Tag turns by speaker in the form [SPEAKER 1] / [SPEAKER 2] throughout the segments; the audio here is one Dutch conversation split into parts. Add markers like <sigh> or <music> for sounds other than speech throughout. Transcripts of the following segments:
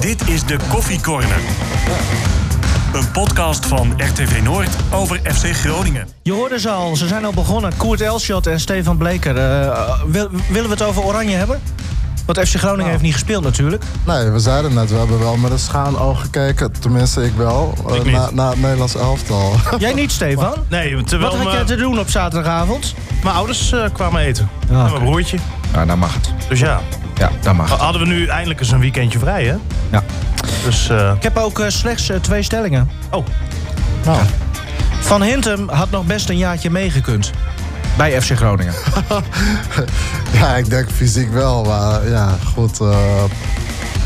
[SPEAKER 1] Dit is de Koffiecorner. Een podcast van RTV Noord over FC Groningen.
[SPEAKER 2] Je hoorde ze al, ze zijn al begonnen. Koert Elschot en Stefan Bleker. Eh, wil- willen we het over Oranje hebben? Want FC Groningen heeft niet gespeeld natuurlijk.
[SPEAKER 3] Nee, we zeiden net, we hebben wel met een schuin oog gekeken. Tenminste, ik wel. eh,
[SPEAKER 4] Ik niet.
[SPEAKER 3] na, naar het Nederlands elftal. <laughs>
[SPEAKER 2] Jij niet, Stefan?
[SPEAKER 4] Nee, terwijl
[SPEAKER 2] Wat had jij
[SPEAKER 4] mijn,
[SPEAKER 2] te doen op zaterdagavond?
[SPEAKER 4] mijn ouders eh, kwamen eten.
[SPEAKER 2] oké.
[SPEAKER 4] En mijn broertje.
[SPEAKER 5] Ja, Ah, dan mag het.
[SPEAKER 4] Dus ja,
[SPEAKER 5] Ja, dan mag het.
[SPEAKER 4] hadden we nu eindelijk eens een weekendje vrij, hè?
[SPEAKER 5] Ja.
[SPEAKER 4] Dus, eh,
[SPEAKER 2] Ik heb ook eh, slechts eh, twee stellingen.
[SPEAKER 4] oh,
[SPEAKER 3] nou,
[SPEAKER 2] Van Hintem had nog best een jaartje meegekund.
[SPEAKER 5] Bij FC Groningen.
[SPEAKER 3] ja, ik denk fysiek wel, maar ja, goed. eh,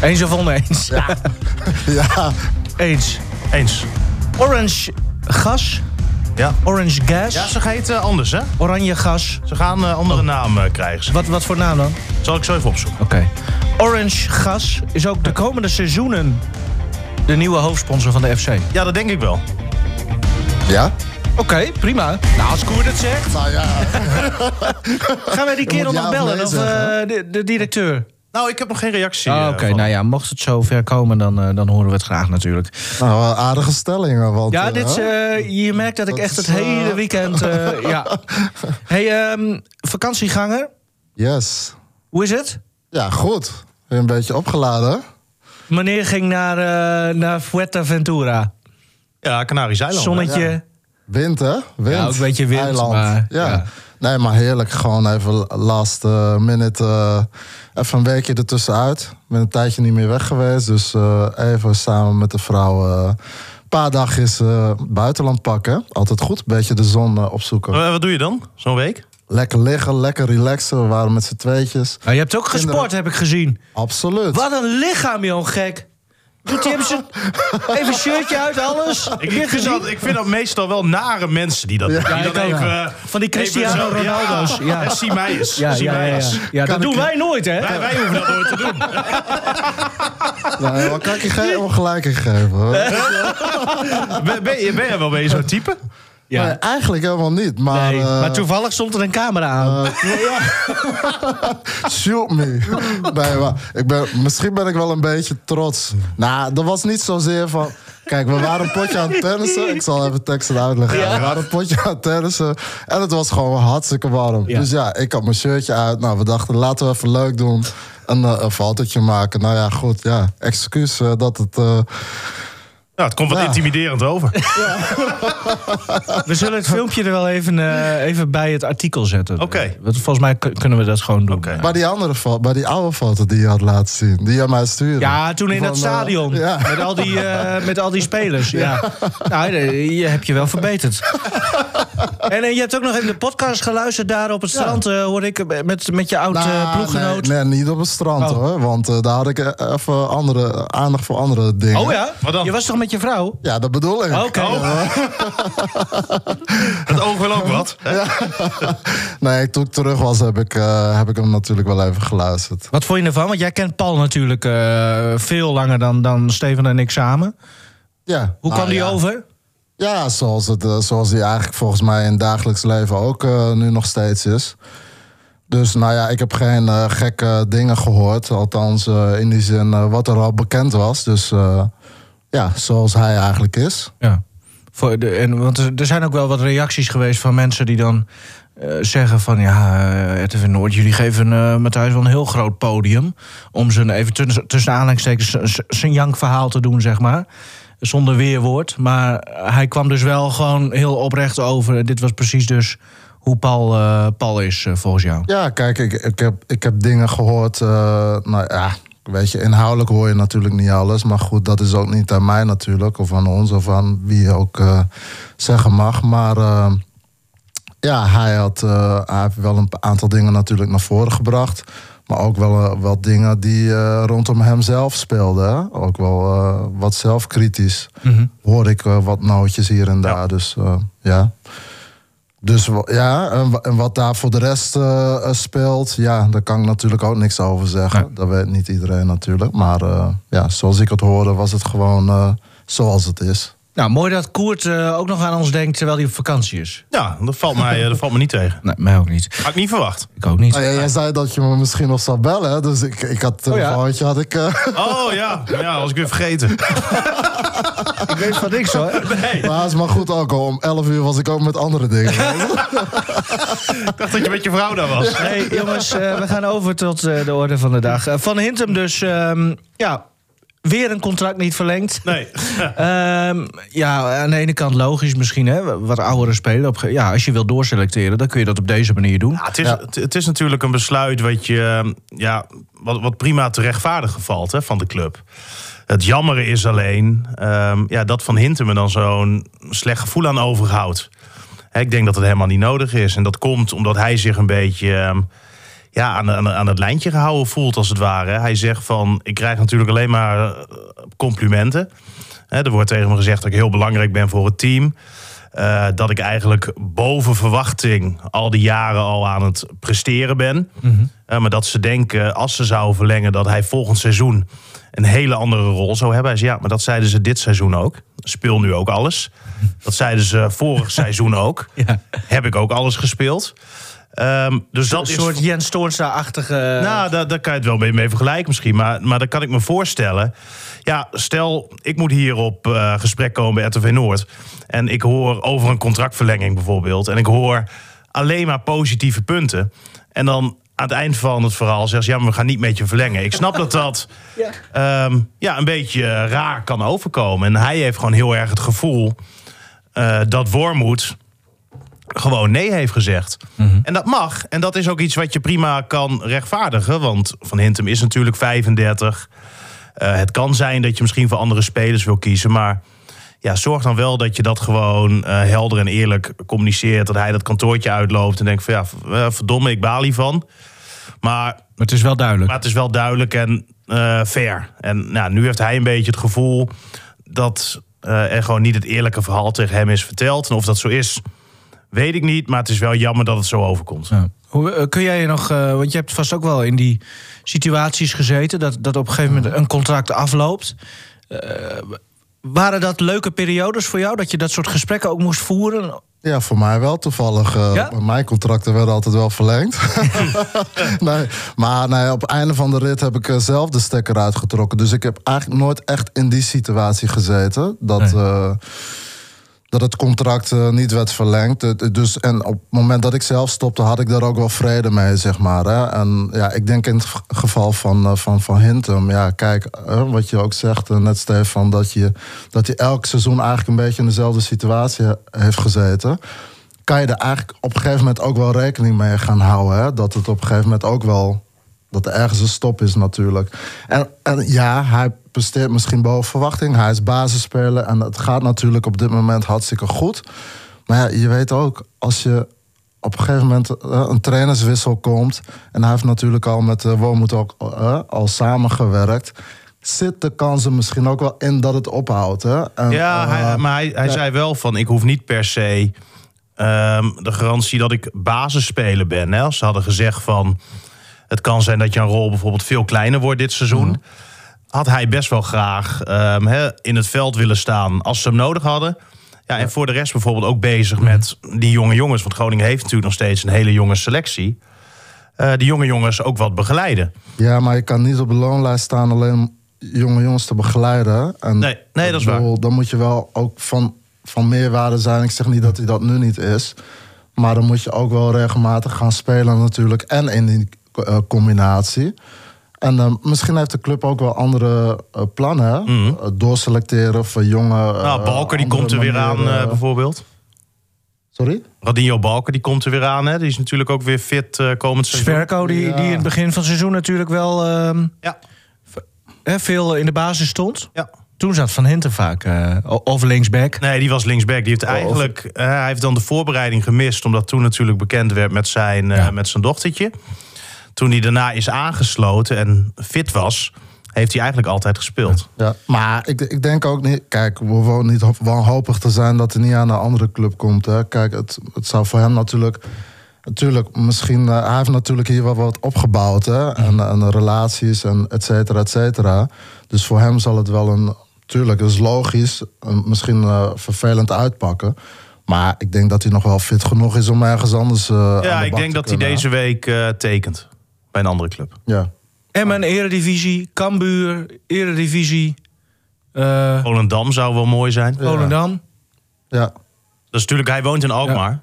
[SPEAKER 3] <laughs>
[SPEAKER 2] Eens of oneens?
[SPEAKER 3] ja,
[SPEAKER 2] Eens.
[SPEAKER 4] eens.
[SPEAKER 2] Orange gas.
[SPEAKER 4] Ja.
[SPEAKER 2] Orange gas.
[SPEAKER 4] Ja, ze heet eh, anders, hè?
[SPEAKER 2] Oranje gas.
[SPEAKER 4] Ze gaan een andere
[SPEAKER 5] Oh.
[SPEAKER 4] naam eh, krijgen. ze.
[SPEAKER 2] Wat, wat voor naam dan?
[SPEAKER 4] Zal ik zo even opzoeken.
[SPEAKER 5] Oké.
[SPEAKER 2] Orange gas is ook de komende seizoenen de nieuwe hoofdsponsor van de FC. Oké,
[SPEAKER 4] Ja, dat denk ik wel.
[SPEAKER 3] ja.
[SPEAKER 2] prima. Nou, als Koer dat zegt.
[SPEAKER 3] Nou ja,
[SPEAKER 2] Gaan wij die
[SPEAKER 3] moet
[SPEAKER 2] kerel
[SPEAKER 3] ja
[SPEAKER 2] nog
[SPEAKER 3] of
[SPEAKER 2] bellen?
[SPEAKER 3] nee
[SPEAKER 2] Of
[SPEAKER 3] zeggen,
[SPEAKER 2] eh, de, de directeur?
[SPEAKER 4] Nou, ik heb nog geen reactie.
[SPEAKER 5] Ah,
[SPEAKER 4] eh,
[SPEAKER 5] Oké,
[SPEAKER 4] van-
[SPEAKER 5] nou ja, mocht het zo ver komen, dan, eh, dan horen we het graag natuurlijk.
[SPEAKER 3] nou, wel aardige stellingen. Want,
[SPEAKER 2] Ja,
[SPEAKER 3] eh,
[SPEAKER 2] dit, is, eh, je merkt dat ik
[SPEAKER 3] Dat
[SPEAKER 2] echt het
[SPEAKER 3] is, eh,
[SPEAKER 2] hele weekend... eh, ja. hey, ehm, vakantieganger,
[SPEAKER 3] Yes.
[SPEAKER 2] hoe is het?
[SPEAKER 3] Ja, goed. Weer een beetje opgeladen.
[SPEAKER 2] Meneer ging naar, eh naar Fuerteventura.
[SPEAKER 4] Ja, Canarische eilanden.
[SPEAKER 2] Zonnetje.
[SPEAKER 3] ja. Wind, hè? Wind.
[SPEAKER 5] Ja, ook een beetje wind,
[SPEAKER 3] Eiland.
[SPEAKER 5] maar-
[SPEAKER 3] ja.
[SPEAKER 5] ja.
[SPEAKER 3] Nee, maar heerlijk. Gewoon even last eh, minute. eh, even een weekje ertussenuit. Ik ben een tijdje niet meer weg geweest. Dus eh, even samen met de vrouw. eh, een paar dagjes eh, buitenland pakken. Altijd goed. Een beetje de zon eh, opzoeken.
[SPEAKER 4] Eh, wat doe je dan, zo'n week?
[SPEAKER 3] Lekker liggen, lekker relaxen. We waren met z'n tweetjes.
[SPEAKER 2] Nou, je hebt ook gesport, heb ik gezien.
[SPEAKER 3] Absoluut.
[SPEAKER 2] Wat een lichaam, joh, gek. Doet hij hem zijn... Even shirtje uit, alles.
[SPEAKER 4] Ik, ik, vind dat, ik vind dat meestal wel nare mensen die dat doen. Die
[SPEAKER 2] ik
[SPEAKER 4] dan
[SPEAKER 2] ook.
[SPEAKER 4] even, eh,
[SPEAKER 2] Van die Cristiano
[SPEAKER 4] even zo-
[SPEAKER 2] Ronaldo's,
[SPEAKER 4] Ja,
[SPEAKER 2] ja.
[SPEAKER 4] En zie mij eens.
[SPEAKER 2] Ja,
[SPEAKER 4] zie
[SPEAKER 2] ja,
[SPEAKER 4] mij
[SPEAKER 2] ja, ja.
[SPEAKER 4] eens.
[SPEAKER 2] ja dat doen wij nooit, hè?
[SPEAKER 4] Wij, wij hoeven dat nooit te doen.
[SPEAKER 3] Nou, wat kan ik je geen ongelijk in geven? hoor.
[SPEAKER 4] Ben, ben, je- ben jij wel mee zo'n type?
[SPEAKER 2] Ja.
[SPEAKER 3] Nee, eigenlijk helemaal niet. Maar,
[SPEAKER 2] Nee,
[SPEAKER 3] eh,
[SPEAKER 2] maar toevallig stond er een camera aan. <laughs>
[SPEAKER 3] Shoot me. Nee, maar ik ben, misschien ben ik wel een beetje trots. Nou, dat was niet zozeer van... Kijk, we waren een potje aan het tennissen. Ik zal even teksten uitleggen. We waren een potje aan het tennissen. En het was gewoon hartstikke warm.
[SPEAKER 2] Ja.
[SPEAKER 3] Dus ja, ik had mijn shirtje uit. Nou, we dachten, laten we even leuk doen. En eh, een fotootje maken. Nou ja, goed. Ja, excuus eh, dat het... eh,
[SPEAKER 4] Nou, het komt wat
[SPEAKER 3] Ja.
[SPEAKER 4] intimiderend over.
[SPEAKER 2] We zullen het filmpje er wel even, eh, even bij het artikel zetten.
[SPEAKER 4] Oké.
[SPEAKER 2] Eh, want volgens mij k- kunnen we dat gewoon doen.
[SPEAKER 4] Oké.
[SPEAKER 3] bij die andere foto, bij die oude foto die je had laten zien. Die je aan mij stuurde.
[SPEAKER 2] Ja, toen in
[SPEAKER 3] Van,
[SPEAKER 2] dat
[SPEAKER 3] eh,
[SPEAKER 2] stadion.
[SPEAKER 3] ja.
[SPEAKER 2] Met, al die,
[SPEAKER 3] <laughs>
[SPEAKER 2] eh, met al die spelers. Ja. Nou, eh, je hebt je wel verbeterd. <laughs> en eh, je hebt ook nog even de podcast geluisterd daar op het strand. eh, hoorde ik eh, met, met je oud eh,
[SPEAKER 3] Nou,
[SPEAKER 2] ploeggenoot.
[SPEAKER 3] Nee, nee, niet op het strand
[SPEAKER 2] Oh.
[SPEAKER 3] hoor. Want eh, daar had ik eh, even andere, aandacht voor andere dingen.
[SPEAKER 2] Oh ja?
[SPEAKER 4] Wat dan?
[SPEAKER 2] Je was toch met je vrouw?
[SPEAKER 3] Ja, dat bedoel ik.
[SPEAKER 2] Oké.
[SPEAKER 4] Oh. Het oog wil ook wat. hè?
[SPEAKER 3] Nee, toen ik terug was, heb ik, eh, heb ik hem natuurlijk wel even geluisterd.
[SPEAKER 2] Wat vond je ervan? Want jij kent Paul natuurlijk eh, veel langer dan, dan Steven en ik samen.
[SPEAKER 3] Ja.
[SPEAKER 2] Hoe
[SPEAKER 3] Nou,
[SPEAKER 2] kwam die
[SPEAKER 3] ja.
[SPEAKER 2] over?
[SPEAKER 3] Ja, zoals, het, eh, zoals die eigenlijk volgens mij in het dagelijks leven ook eh, nu nog steeds is. Dus nou ja, ik heb geen eh, gekke dingen gehoord. Althans, eh, in die zin eh, wat er al bekend was. Dus eh, ja, zoals hij eigenlijk is.
[SPEAKER 2] Ja. Voor de, en, want er, er zijn ook wel wat reacties geweest van mensen die dan eh, zeggen van... ja, eh, RTV Noord, jullie geven eh Matthijs wel een heel groot podium... om zijn even tussen, tussen aanhalingstekens z- z- zijn jankverhaal te doen, zeg maar. Zonder weerwoord. Maar hij kwam dus wel gewoon heel oprecht over. En Dit was precies dus hoe Paul, eh, Paul is eh, volgens jou.
[SPEAKER 3] Ja, kijk, ik, ik, heb, ik heb dingen gehoord. eh, nou ja, weet je, inhoudelijk hoor je natuurlijk niet alles. Maar goed, dat is ook niet aan mij natuurlijk. Of aan ons, of aan wie je ook eh, zeggen mag. Maar eh, ja, hij, had, eh, hij heeft wel een aantal dingen natuurlijk naar voren gebracht. Maar ook wel eh, wat dingen die eh, rondom hemzelf speelden. hè. Ook wel eh, wat zelfkritisch. Hoor ik eh, wat nootjes hier en daar. Dus eh, ja. Dus wa- ja, en wa- en wat daar voor de rest eh, eh, speelt, ja, daar kan ik natuurlijk ook niks over zeggen. Dat weet niet iedereen natuurlijk. Maar eh, ja, zoals ik het hoorde, was het gewoon eh, zoals het is.
[SPEAKER 2] Nou, mooi dat Koert eh, ook nog aan ons denkt terwijl hij op vakantie is.
[SPEAKER 4] Ja, dat valt mij, eh, dat valt me niet tegen.
[SPEAKER 2] Nee, mij ook niet.
[SPEAKER 4] Had ik niet verwacht.
[SPEAKER 2] Ik ook niet.
[SPEAKER 3] Nou ja, jij zei dat je me misschien nog zou bellen, hè, dus ik, ik had een
[SPEAKER 2] Oh ja.
[SPEAKER 3] telefoontje had ik. eh, <laughs>
[SPEAKER 4] Oh ja, ja als ik weer vergeten.
[SPEAKER 2] Ik weet van niks hoor.
[SPEAKER 4] Nee, ik
[SPEAKER 3] maar het is maar goed ook al. Om 11 uur was ik ook met andere dingen.
[SPEAKER 4] dacht dat je met je vrouw daar was.
[SPEAKER 2] Hey, jongens, eh, we gaan over tot eh, de orde van de dag. Eh, van Hintem dus, ehm, ja, weer een contract niet verlengd.
[SPEAKER 4] Nee.
[SPEAKER 2] Ehm, ja, aan de ene kant logisch misschien, hè. Wat oudere spelen. Op, ge- ja, als je wil doorselecteren, dan kun je dat op deze manier doen.
[SPEAKER 4] Ja, het, is, het- het is natuurlijk een besluit wat, je, ja, wat, wat prima te rechtvaardigen valt hè, van de club. Het jammer is alleen ehm, ja, dat Van Hintem dan zo'n slecht gevoel aan overhoudt. Hè, ik denk dat het helemaal niet nodig is. En dat komt omdat hij zich een beetje ehm, ja, aan, aan, aan het lijntje gehouden voelt, als het ware. Hij zegt van, ik krijg natuurlijk alleen maar eh, complimenten. Hè, er wordt tegen me gezegd dat ik heel belangrijk ben voor het team. Eh, dat ik eigenlijk boven verwachting al die jaren al aan het presteren ben.
[SPEAKER 2] Mhm.
[SPEAKER 4] Eh, maar dat ze denken, als ze zouden verlengen, dat hij volgend seizoen een hele andere rol zou hebben. Hij zei, ja, maar dat zeiden ze dit seizoen ook. Speel nu ook alles. Dat zeiden ze vorig seizoen
[SPEAKER 2] <laughs>
[SPEAKER 4] ook. Heb ik ook alles gespeeld. Ehm, dus dat
[SPEAKER 2] Een
[SPEAKER 4] is
[SPEAKER 2] soort Jens Toornstra-achtige...
[SPEAKER 4] nou, daar, daar kan je het wel mee, mee vergelijken misschien. Maar, maar dan kan ik me voorstellen. Ja, stel, ik moet hier op eh, gesprek komen bij RTV Noord. En ik hoor over een contractverlenging bijvoorbeeld. En ik hoor alleen maar positieve punten. En dan aan het eind van het verhaal zegt ze... ja, maar we gaan niet met je verlengen. Ik snap dat dat ehm, ja, een beetje eh, raar kan overkomen. En hij heeft gewoon heel erg het gevoel... eh, dat Wormoed gewoon nee heeft gezegd. En dat mag. En dat is ook iets wat je prima kan rechtvaardigen. Want Van Hintem is natuurlijk 35. Eh, het kan zijn dat je misschien voor andere spelers wil kiezen. Maar ja, zorg dan wel dat je dat gewoon eh, helder en eerlijk communiceert. Dat hij dat kantoortje uitloopt en denkt van ja, v- eh, verdomme, ik baal hiervan. Maar
[SPEAKER 2] Maar het is wel duidelijk.
[SPEAKER 4] maar het is wel duidelijk en eh, fair. En nou, nu heeft hij een beetje het gevoel dat eh, er gewoon niet het eerlijke verhaal tegen hem is verteld. En of dat zo is, weet ik niet. Maar het is wel jammer dat het zo overkomt.
[SPEAKER 2] Ja. Hoe, eh, kun jij je nog, eh, want je hebt vast ook wel in die situaties gezeten dat, dat op een gegeven moment een contract afloopt. Eh, waren dat leuke periodes voor jou, dat je dat soort gesprekken ook moest voeren?
[SPEAKER 3] Ja, voor mij wel toevallig. eh,
[SPEAKER 2] Ja?
[SPEAKER 3] Mijn contracten werden altijd wel verlengd. nee, maar nee, op het einde van de rit heb ik eh, zelf de stekker uitgetrokken. Dus ik heb eigenlijk nooit echt in die situatie gezeten. Dat, eh, dat het contract eh, niet werd verlengd. Het- het Dus, en op het moment dat ik zelf stopte, had ik daar ook wel vrede mee, zeg maar. Hè? En ja, ik denk in het ge- geval van, eh, van, van Hintem, ja, kijk, eh, wat je ook zegt eh, net, Stefan, dat je, dat je elk seizoen eigenlijk een beetje in dezelfde situatie he- heeft gezeten. Kan je er eigenlijk op een gegeven moment ook wel rekening mee gaan houden? Hè? Dat het op een gegeven moment ook wel dat er ergens een stop is natuurlijk. En, en ja, hij presteert misschien boven verwachting. Hij is basisspeler en het gaat natuurlijk op dit moment hartstikke goed. Maar ja, je weet ook, als je op een gegeven moment eh, een trainerswissel komt... en hij heeft natuurlijk al met uh, Wormoed ook eh, al samengewerkt... zit de kans er misschien ook wel in dat het ophoudt. Hè? En,
[SPEAKER 4] Ja,
[SPEAKER 3] eh,
[SPEAKER 4] hij, maar hij, hij zei wel van ik hoef niet per se ehm, de garantie dat ik basisspeler ben. Hè. Als Ze hadden gezegd van het kan zijn dat jouw rol bijvoorbeeld veel kleiner wordt dit seizoen. Had hij best wel graag ehm, hè, in het veld willen staan als ze hem nodig hadden. Ja, en voor de rest bijvoorbeeld ook bezig met die jonge jongens. Want Groningen heeft natuurlijk nog steeds een hele jonge selectie. Eh, die jonge jongens ook wat begeleiden.
[SPEAKER 3] Ja, maar je kan niet op de loonlijst staan alleen om jonge jongens te begeleiden. En
[SPEAKER 4] Nee, nee, dat is
[SPEAKER 3] ik bedoel, Dan moet je wel ook van, van meerwaarde zijn. Ik zeg niet dat hij dat nu niet is. Maar dan moet je ook wel regelmatig gaan spelen natuurlijk. En in die eh, combinatie. En eh, misschien heeft de club ook wel andere eh, plannen. hè? Eh, doorselecteren voor jonge...
[SPEAKER 4] Mhm.
[SPEAKER 3] eh,
[SPEAKER 4] nou, Balker die komt er weer aan eh, bijvoorbeeld.
[SPEAKER 3] Sorry?
[SPEAKER 4] Radinho Balken die komt er weer aan. Hè? Die is natuurlijk ook weer fit eh, komend seizoen.
[SPEAKER 2] Sverko, die,
[SPEAKER 3] Ja.
[SPEAKER 2] die in het begin van het seizoen natuurlijk wel ehm,
[SPEAKER 4] Ja,
[SPEAKER 2] hè, veel in de basis stond.
[SPEAKER 4] ja.
[SPEAKER 2] Toen zat Van Hinten vaak eh, o- of linksback.
[SPEAKER 4] Nee, die was linksback. Die heeft eigenlijk, eh, hij heeft dan de voorbereiding gemist. Omdat toen natuurlijk bekend werd met zijn, eh, met zijn dochtertje. Toen hij daarna is aangesloten en fit was, heeft hij eigenlijk altijd gespeeld.
[SPEAKER 3] Ja, maar ik, ik denk ook niet. Kijk, we hoeven niet ho- wanhopig te zijn dat hij niet aan een andere club komt. Hè. Kijk, het, het zou voor hem natuurlijk. Natuurlijk, misschien. eh, hij heeft natuurlijk hier wel wat opgebouwd. Hè? En, en relaties en et cetera, et cetera. Dus voor hem zal het wel een. tuurlijk, dat is logisch. Eh, Misschien eh, vervelend uitpakken. Maar ik denk dat hij nog wel fit genoeg is om ergens anders. eh, aan de
[SPEAKER 4] Ja,
[SPEAKER 3] bak
[SPEAKER 4] ik
[SPEAKER 3] te
[SPEAKER 4] denk dat hij
[SPEAKER 3] kunnen, hè?
[SPEAKER 4] deze week eh, tekent bij een andere club.
[SPEAKER 3] Ja.
[SPEAKER 2] Emmen, Eredivisie, Cambuur, Eredivisie, eh
[SPEAKER 4] Volendam zou wel mooi zijn. Dat
[SPEAKER 2] Volendam.
[SPEAKER 3] ja.
[SPEAKER 4] is natuurlijk, hij woont in Alkmaar.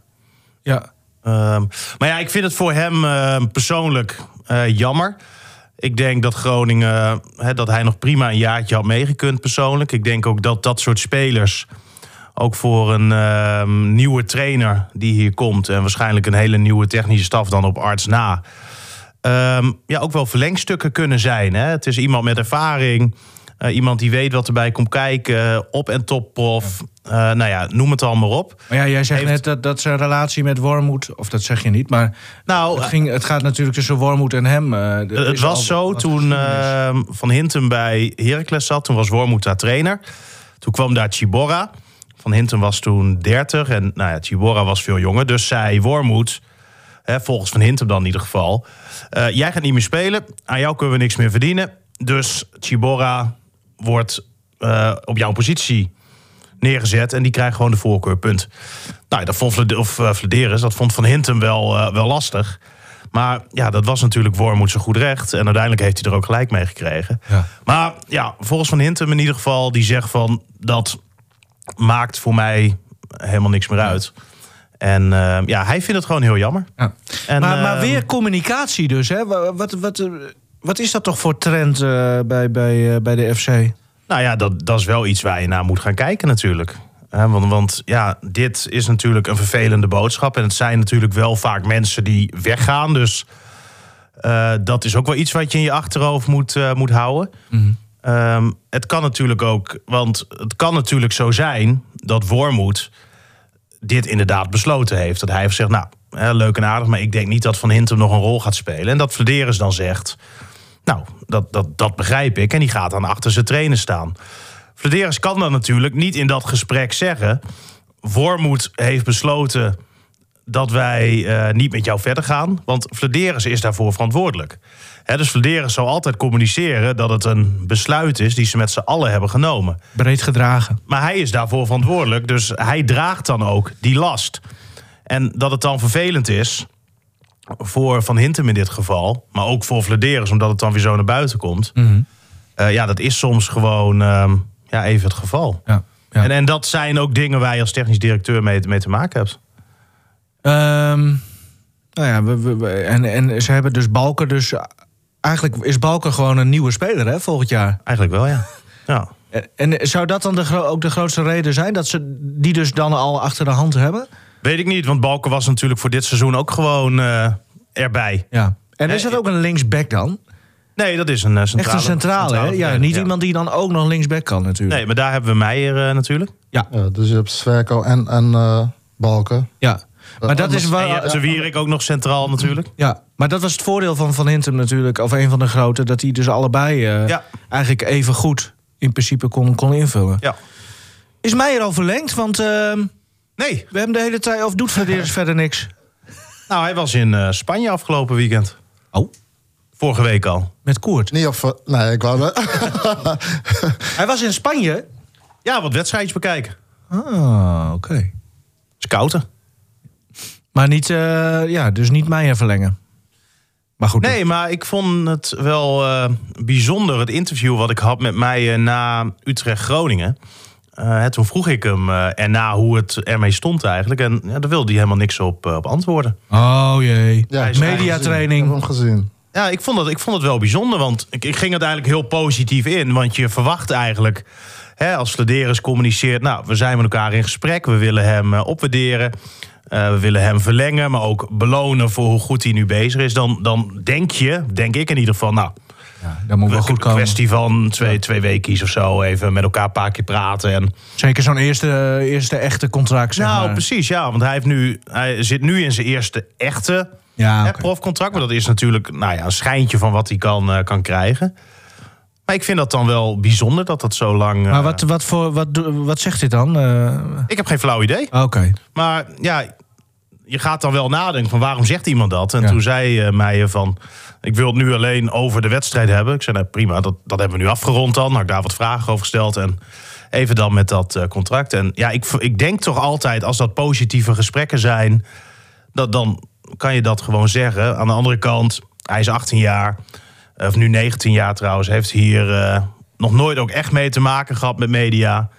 [SPEAKER 2] Ja.
[SPEAKER 4] Ehm, maar ja, ik vind het voor hem ehm, persoonlijk eh, jammer. Ik denk dat Groningen, hè, dat hij nog prima een jaartje had meegekund persoonlijk. Ik denk ook dat dat soort spelers, ook voor een ehm, nieuwe trainer die hier komt... en waarschijnlijk een hele nieuwe technische staf dan op arts na... ehm, ja, ook wel verlengstukken kunnen zijn. Hè? Het is iemand met ervaring, eh, iemand die weet wat erbij komt kijken... op- en topprof, Eh nou ja, noem het allemaal op.
[SPEAKER 2] Maar ja, jij zegt
[SPEAKER 4] Heeft-
[SPEAKER 2] net dat, dat zijn relatie met Wormoed, of dat zeg je niet, maar
[SPEAKER 4] Nou,
[SPEAKER 2] het, ging, het gaat natuurlijk tussen Wormoed en hem. eh, er
[SPEAKER 4] Het,
[SPEAKER 2] is
[SPEAKER 4] het was
[SPEAKER 2] al
[SPEAKER 4] zo
[SPEAKER 2] wat
[SPEAKER 4] toen
[SPEAKER 2] geschiedenis.
[SPEAKER 4] ehm, Van Hintem bij Heracles zat. Toen was Wormoed daar trainer. Toen kwam daar Chiborra. Van Hintem was toen 30 en nou ja, Chiborra was veel jonger. Dus zei Wormoed, hè, volgens Van Hintem dan in ieder geval... eh, jij gaat niet meer spelen, aan jou kunnen we niks meer verdienen. Dus Chiborra wordt eh, op jouw positie neergezet en die krijgt gewoon de voorkeur, punt. Nou, ja, dat vond Vlade- of, eh, Vladeris, dat vond Van Hintem wel, eh, wel lastig. Maar ja, dat was natuurlijk Wormoed zijn goed recht. En uiteindelijk heeft hij er ook gelijk mee gekregen.
[SPEAKER 2] Ja.
[SPEAKER 4] Maar ja, volgens Van Hintem in ieder geval, die zegt van... dat maakt voor mij helemaal niks meer uit. En eh, ja, hij vindt het gewoon heel jammer.
[SPEAKER 2] Ja.
[SPEAKER 4] En,
[SPEAKER 2] maar, maar
[SPEAKER 4] eh,
[SPEAKER 2] weer communicatie dus, hè? Wa- Wat, wat, eh, wat is dat toch voor trend eh, bij, bij, eh, bij de FC?
[SPEAKER 4] Nou ja, dat, dat is wel iets waar je naar moet gaan kijken natuurlijk. Hè, want, want ja, dit is natuurlijk een vervelende boodschap. En het zijn natuurlijk wel vaak mensen die weggaan. Dus eh, dat is ook wel iets wat je in je achterhoofd moet, eh, moet houden. Ehm, het kan natuurlijk ook, want het kan natuurlijk zo zijn dat Wormoed dit inderdaad besloten heeft. Dat hij heeft gezegd, nou, hè, leuk en aardig, maar ik denk niet dat Van Hintem nog een rol gaat spelen. En dat Vladeris dan zegt, nou, dat, dat, dat begrijp ik. En die gaat dan achter zijn trainer staan. Vladeris kan dan natuurlijk niet in dat gesprek zeggen. Wormoed heeft besloten dat wij eh, niet met jou verder gaan. Want Vladeris is daarvoor verantwoordelijk. Hè, dus Vladeris zal altijd communiceren dat het een besluit is... die ze met z'n allen hebben genomen.
[SPEAKER 2] Breed gedragen.
[SPEAKER 4] Maar hij is daarvoor verantwoordelijk. Dus hij draagt dan ook die last. En dat het dan vervelend is voor Van Hintem in dit geval, maar ook voor Vladeris, omdat het dan weer zo naar buiten komt.
[SPEAKER 2] Mhm.
[SPEAKER 4] Eh, ja, dat is soms gewoon ehm, ja, even het geval.
[SPEAKER 2] Ja. ja.
[SPEAKER 4] En, en dat zijn ook dingen waar je als technisch directeur mee, mee te maken hebt.
[SPEAKER 2] Ehm, nou ja, we, we- we- en, en ze hebben dus Balken dus... Eigenlijk is Balken gewoon een nieuwe speler, hè, volgend jaar.
[SPEAKER 4] Eigenlijk wel,
[SPEAKER 2] <laughs>
[SPEAKER 4] ja. ja.
[SPEAKER 2] En- Eh, En zou dat dan de gro- ook de grootste reden zijn? Dat ze die dus dan al achter de hand hebben?
[SPEAKER 4] Weet ik niet, want Balken was natuurlijk voor dit seizoen ook gewoon eh, erbij.
[SPEAKER 2] Ja. En
[SPEAKER 4] Nee,
[SPEAKER 2] is dat ook een linksback dan?
[SPEAKER 4] Nee, dat is een eh, centrale.
[SPEAKER 2] Echt een centrale, hè? Ja,
[SPEAKER 4] verdediger,
[SPEAKER 2] niet iemand die dan ook nog linksback kan natuurlijk.
[SPEAKER 4] Nee, maar daar hebben we Meijer eh, natuurlijk.
[SPEAKER 3] Ja, dus je hebt Sverko en, en eh, Balken.
[SPEAKER 2] Ja. Maar dat
[SPEAKER 3] anders-
[SPEAKER 2] is
[SPEAKER 4] En je
[SPEAKER 2] wel...
[SPEAKER 4] hebt de Wierik ook nog centraal natuurlijk.
[SPEAKER 2] Ja, maar dat was het voordeel van Van Hintem natuurlijk, of een van de grote, dat hij dus allebei eh,
[SPEAKER 4] Ja.
[SPEAKER 2] eigenlijk even goed in principe kon, kon invullen.
[SPEAKER 4] Ja.
[SPEAKER 2] Is Meijer al verlengd? Want ehm,
[SPEAKER 4] Nee,
[SPEAKER 2] we hebben de hele tijd, of doet Verdeers <laughs> verder niks?
[SPEAKER 4] nou hij was in eh, Spanje afgelopen weekend.
[SPEAKER 2] Oh.
[SPEAKER 4] Vorige week al.
[SPEAKER 2] Met Koert.
[SPEAKER 3] Niet op. ver- Nee, ik wou.
[SPEAKER 4] <laughs>
[SPEAKER 2] Hij was in Spanje.
[SPEAKER 4] Ja, wat wedstrijdjes bekijken.
[SPEAKER 2] Ah, oké.
[SPEAKER 4] Scouten.
[SPEAKER 2] Maar niet, eh, ja, dus niet Meijer verlengen. Maar goed.
[SPEAKER 4] Nee, maar ik vond het wel eh, bijzonder, het interview wat ik had met mij eh, na Utrecht-Groningen. Eh, hè, toen vroeg ik hem eh, erna hoe het ermee stond eigenlijk. En ja, daar wilde hij helemaal niks op, eh, op antwoorden.
[SPEAKER 2] Oh jee.
[SPEAKER 3] Ja,
[SPEAKER 4] Hij is
[SPEAKER 3] Ik heb
[SPEAKER 2] Mediatraining.
[SPEAKER 3] hem gezien.
[SPEAKER 4] Ja, ik vond, het, ik vond het wel bijzonder, want ik, ik ging het eigenlijk heel positief in. Want je verwacht eigenlijk, hè, als Vladeris communiceert... nou, we zijn met elkaar in gesprek, we willen hem eh, opwaarderen... eh, we willen hem verlengen, maar ook belonen voor hoe goed hij nu bezig is. Dan, dan denk je, denk ik in ieder geval, nou...
[SPEAKER 2] Ja, dat moet wel goed
[SPEAKER 4] Een
[SPEAKER 2] komen.
[SPEAKER 4] kwestie van twee, twee weekjes of zo, even met elkaar een paar keer praten. En,
[SPEAKER 2] Zeker zo'n eerste, eerste echte contract, zeg
[SPEAKER 4] nou,
[SPEAKER 2] maar.
[SPEAKER 4] precies, ja, want hij, heeft nu, hij zit nu in zijn eerste echte
[SPEAKER 2] Ja,
[SPEAKER 4] hè,
[SPEAKER 2] Ah, oké.
[SPEAKER 4] profcontract. Maar dat is natuurlijk nou ja, een schijntje van wat hij kan, eh, kan krijgen. Maar ik vind dat dan wel bijzonder dat dat zo lang... eh,
[SPEAKER 2] Maar wat, wat, voor, wat, do- wat zegt dit dan? Eh,
[SPEAKER 4] Ik heb geen flauw idee.
[SPEAKER 2] Oké.
[SPEAKER 4] Maar ja, je gaat dan wel nadenken van waarom zegt iemand dat? En
[SPEAKER 2] Ja.
[SPEAKER 4] toen zei eh Meijer van... Ik wil het nu alleen over de wedstrijd hebben. Ik zei, nou, prima, dat, dat hebben we nu afgerond dan. Had ik daar wat vragen over gesteld en even dan met dat eh, contract. En ja, ik, ik denk toch altijd als dat positieve gesprekken zijn... Dat, dan kan je dat gewoon zeggen. Aan de andere kant, hij is 18 jaar, of nu 19 jaar trouwens... heeft hier eh, nog nooit ook echt mee te maken gehad met media...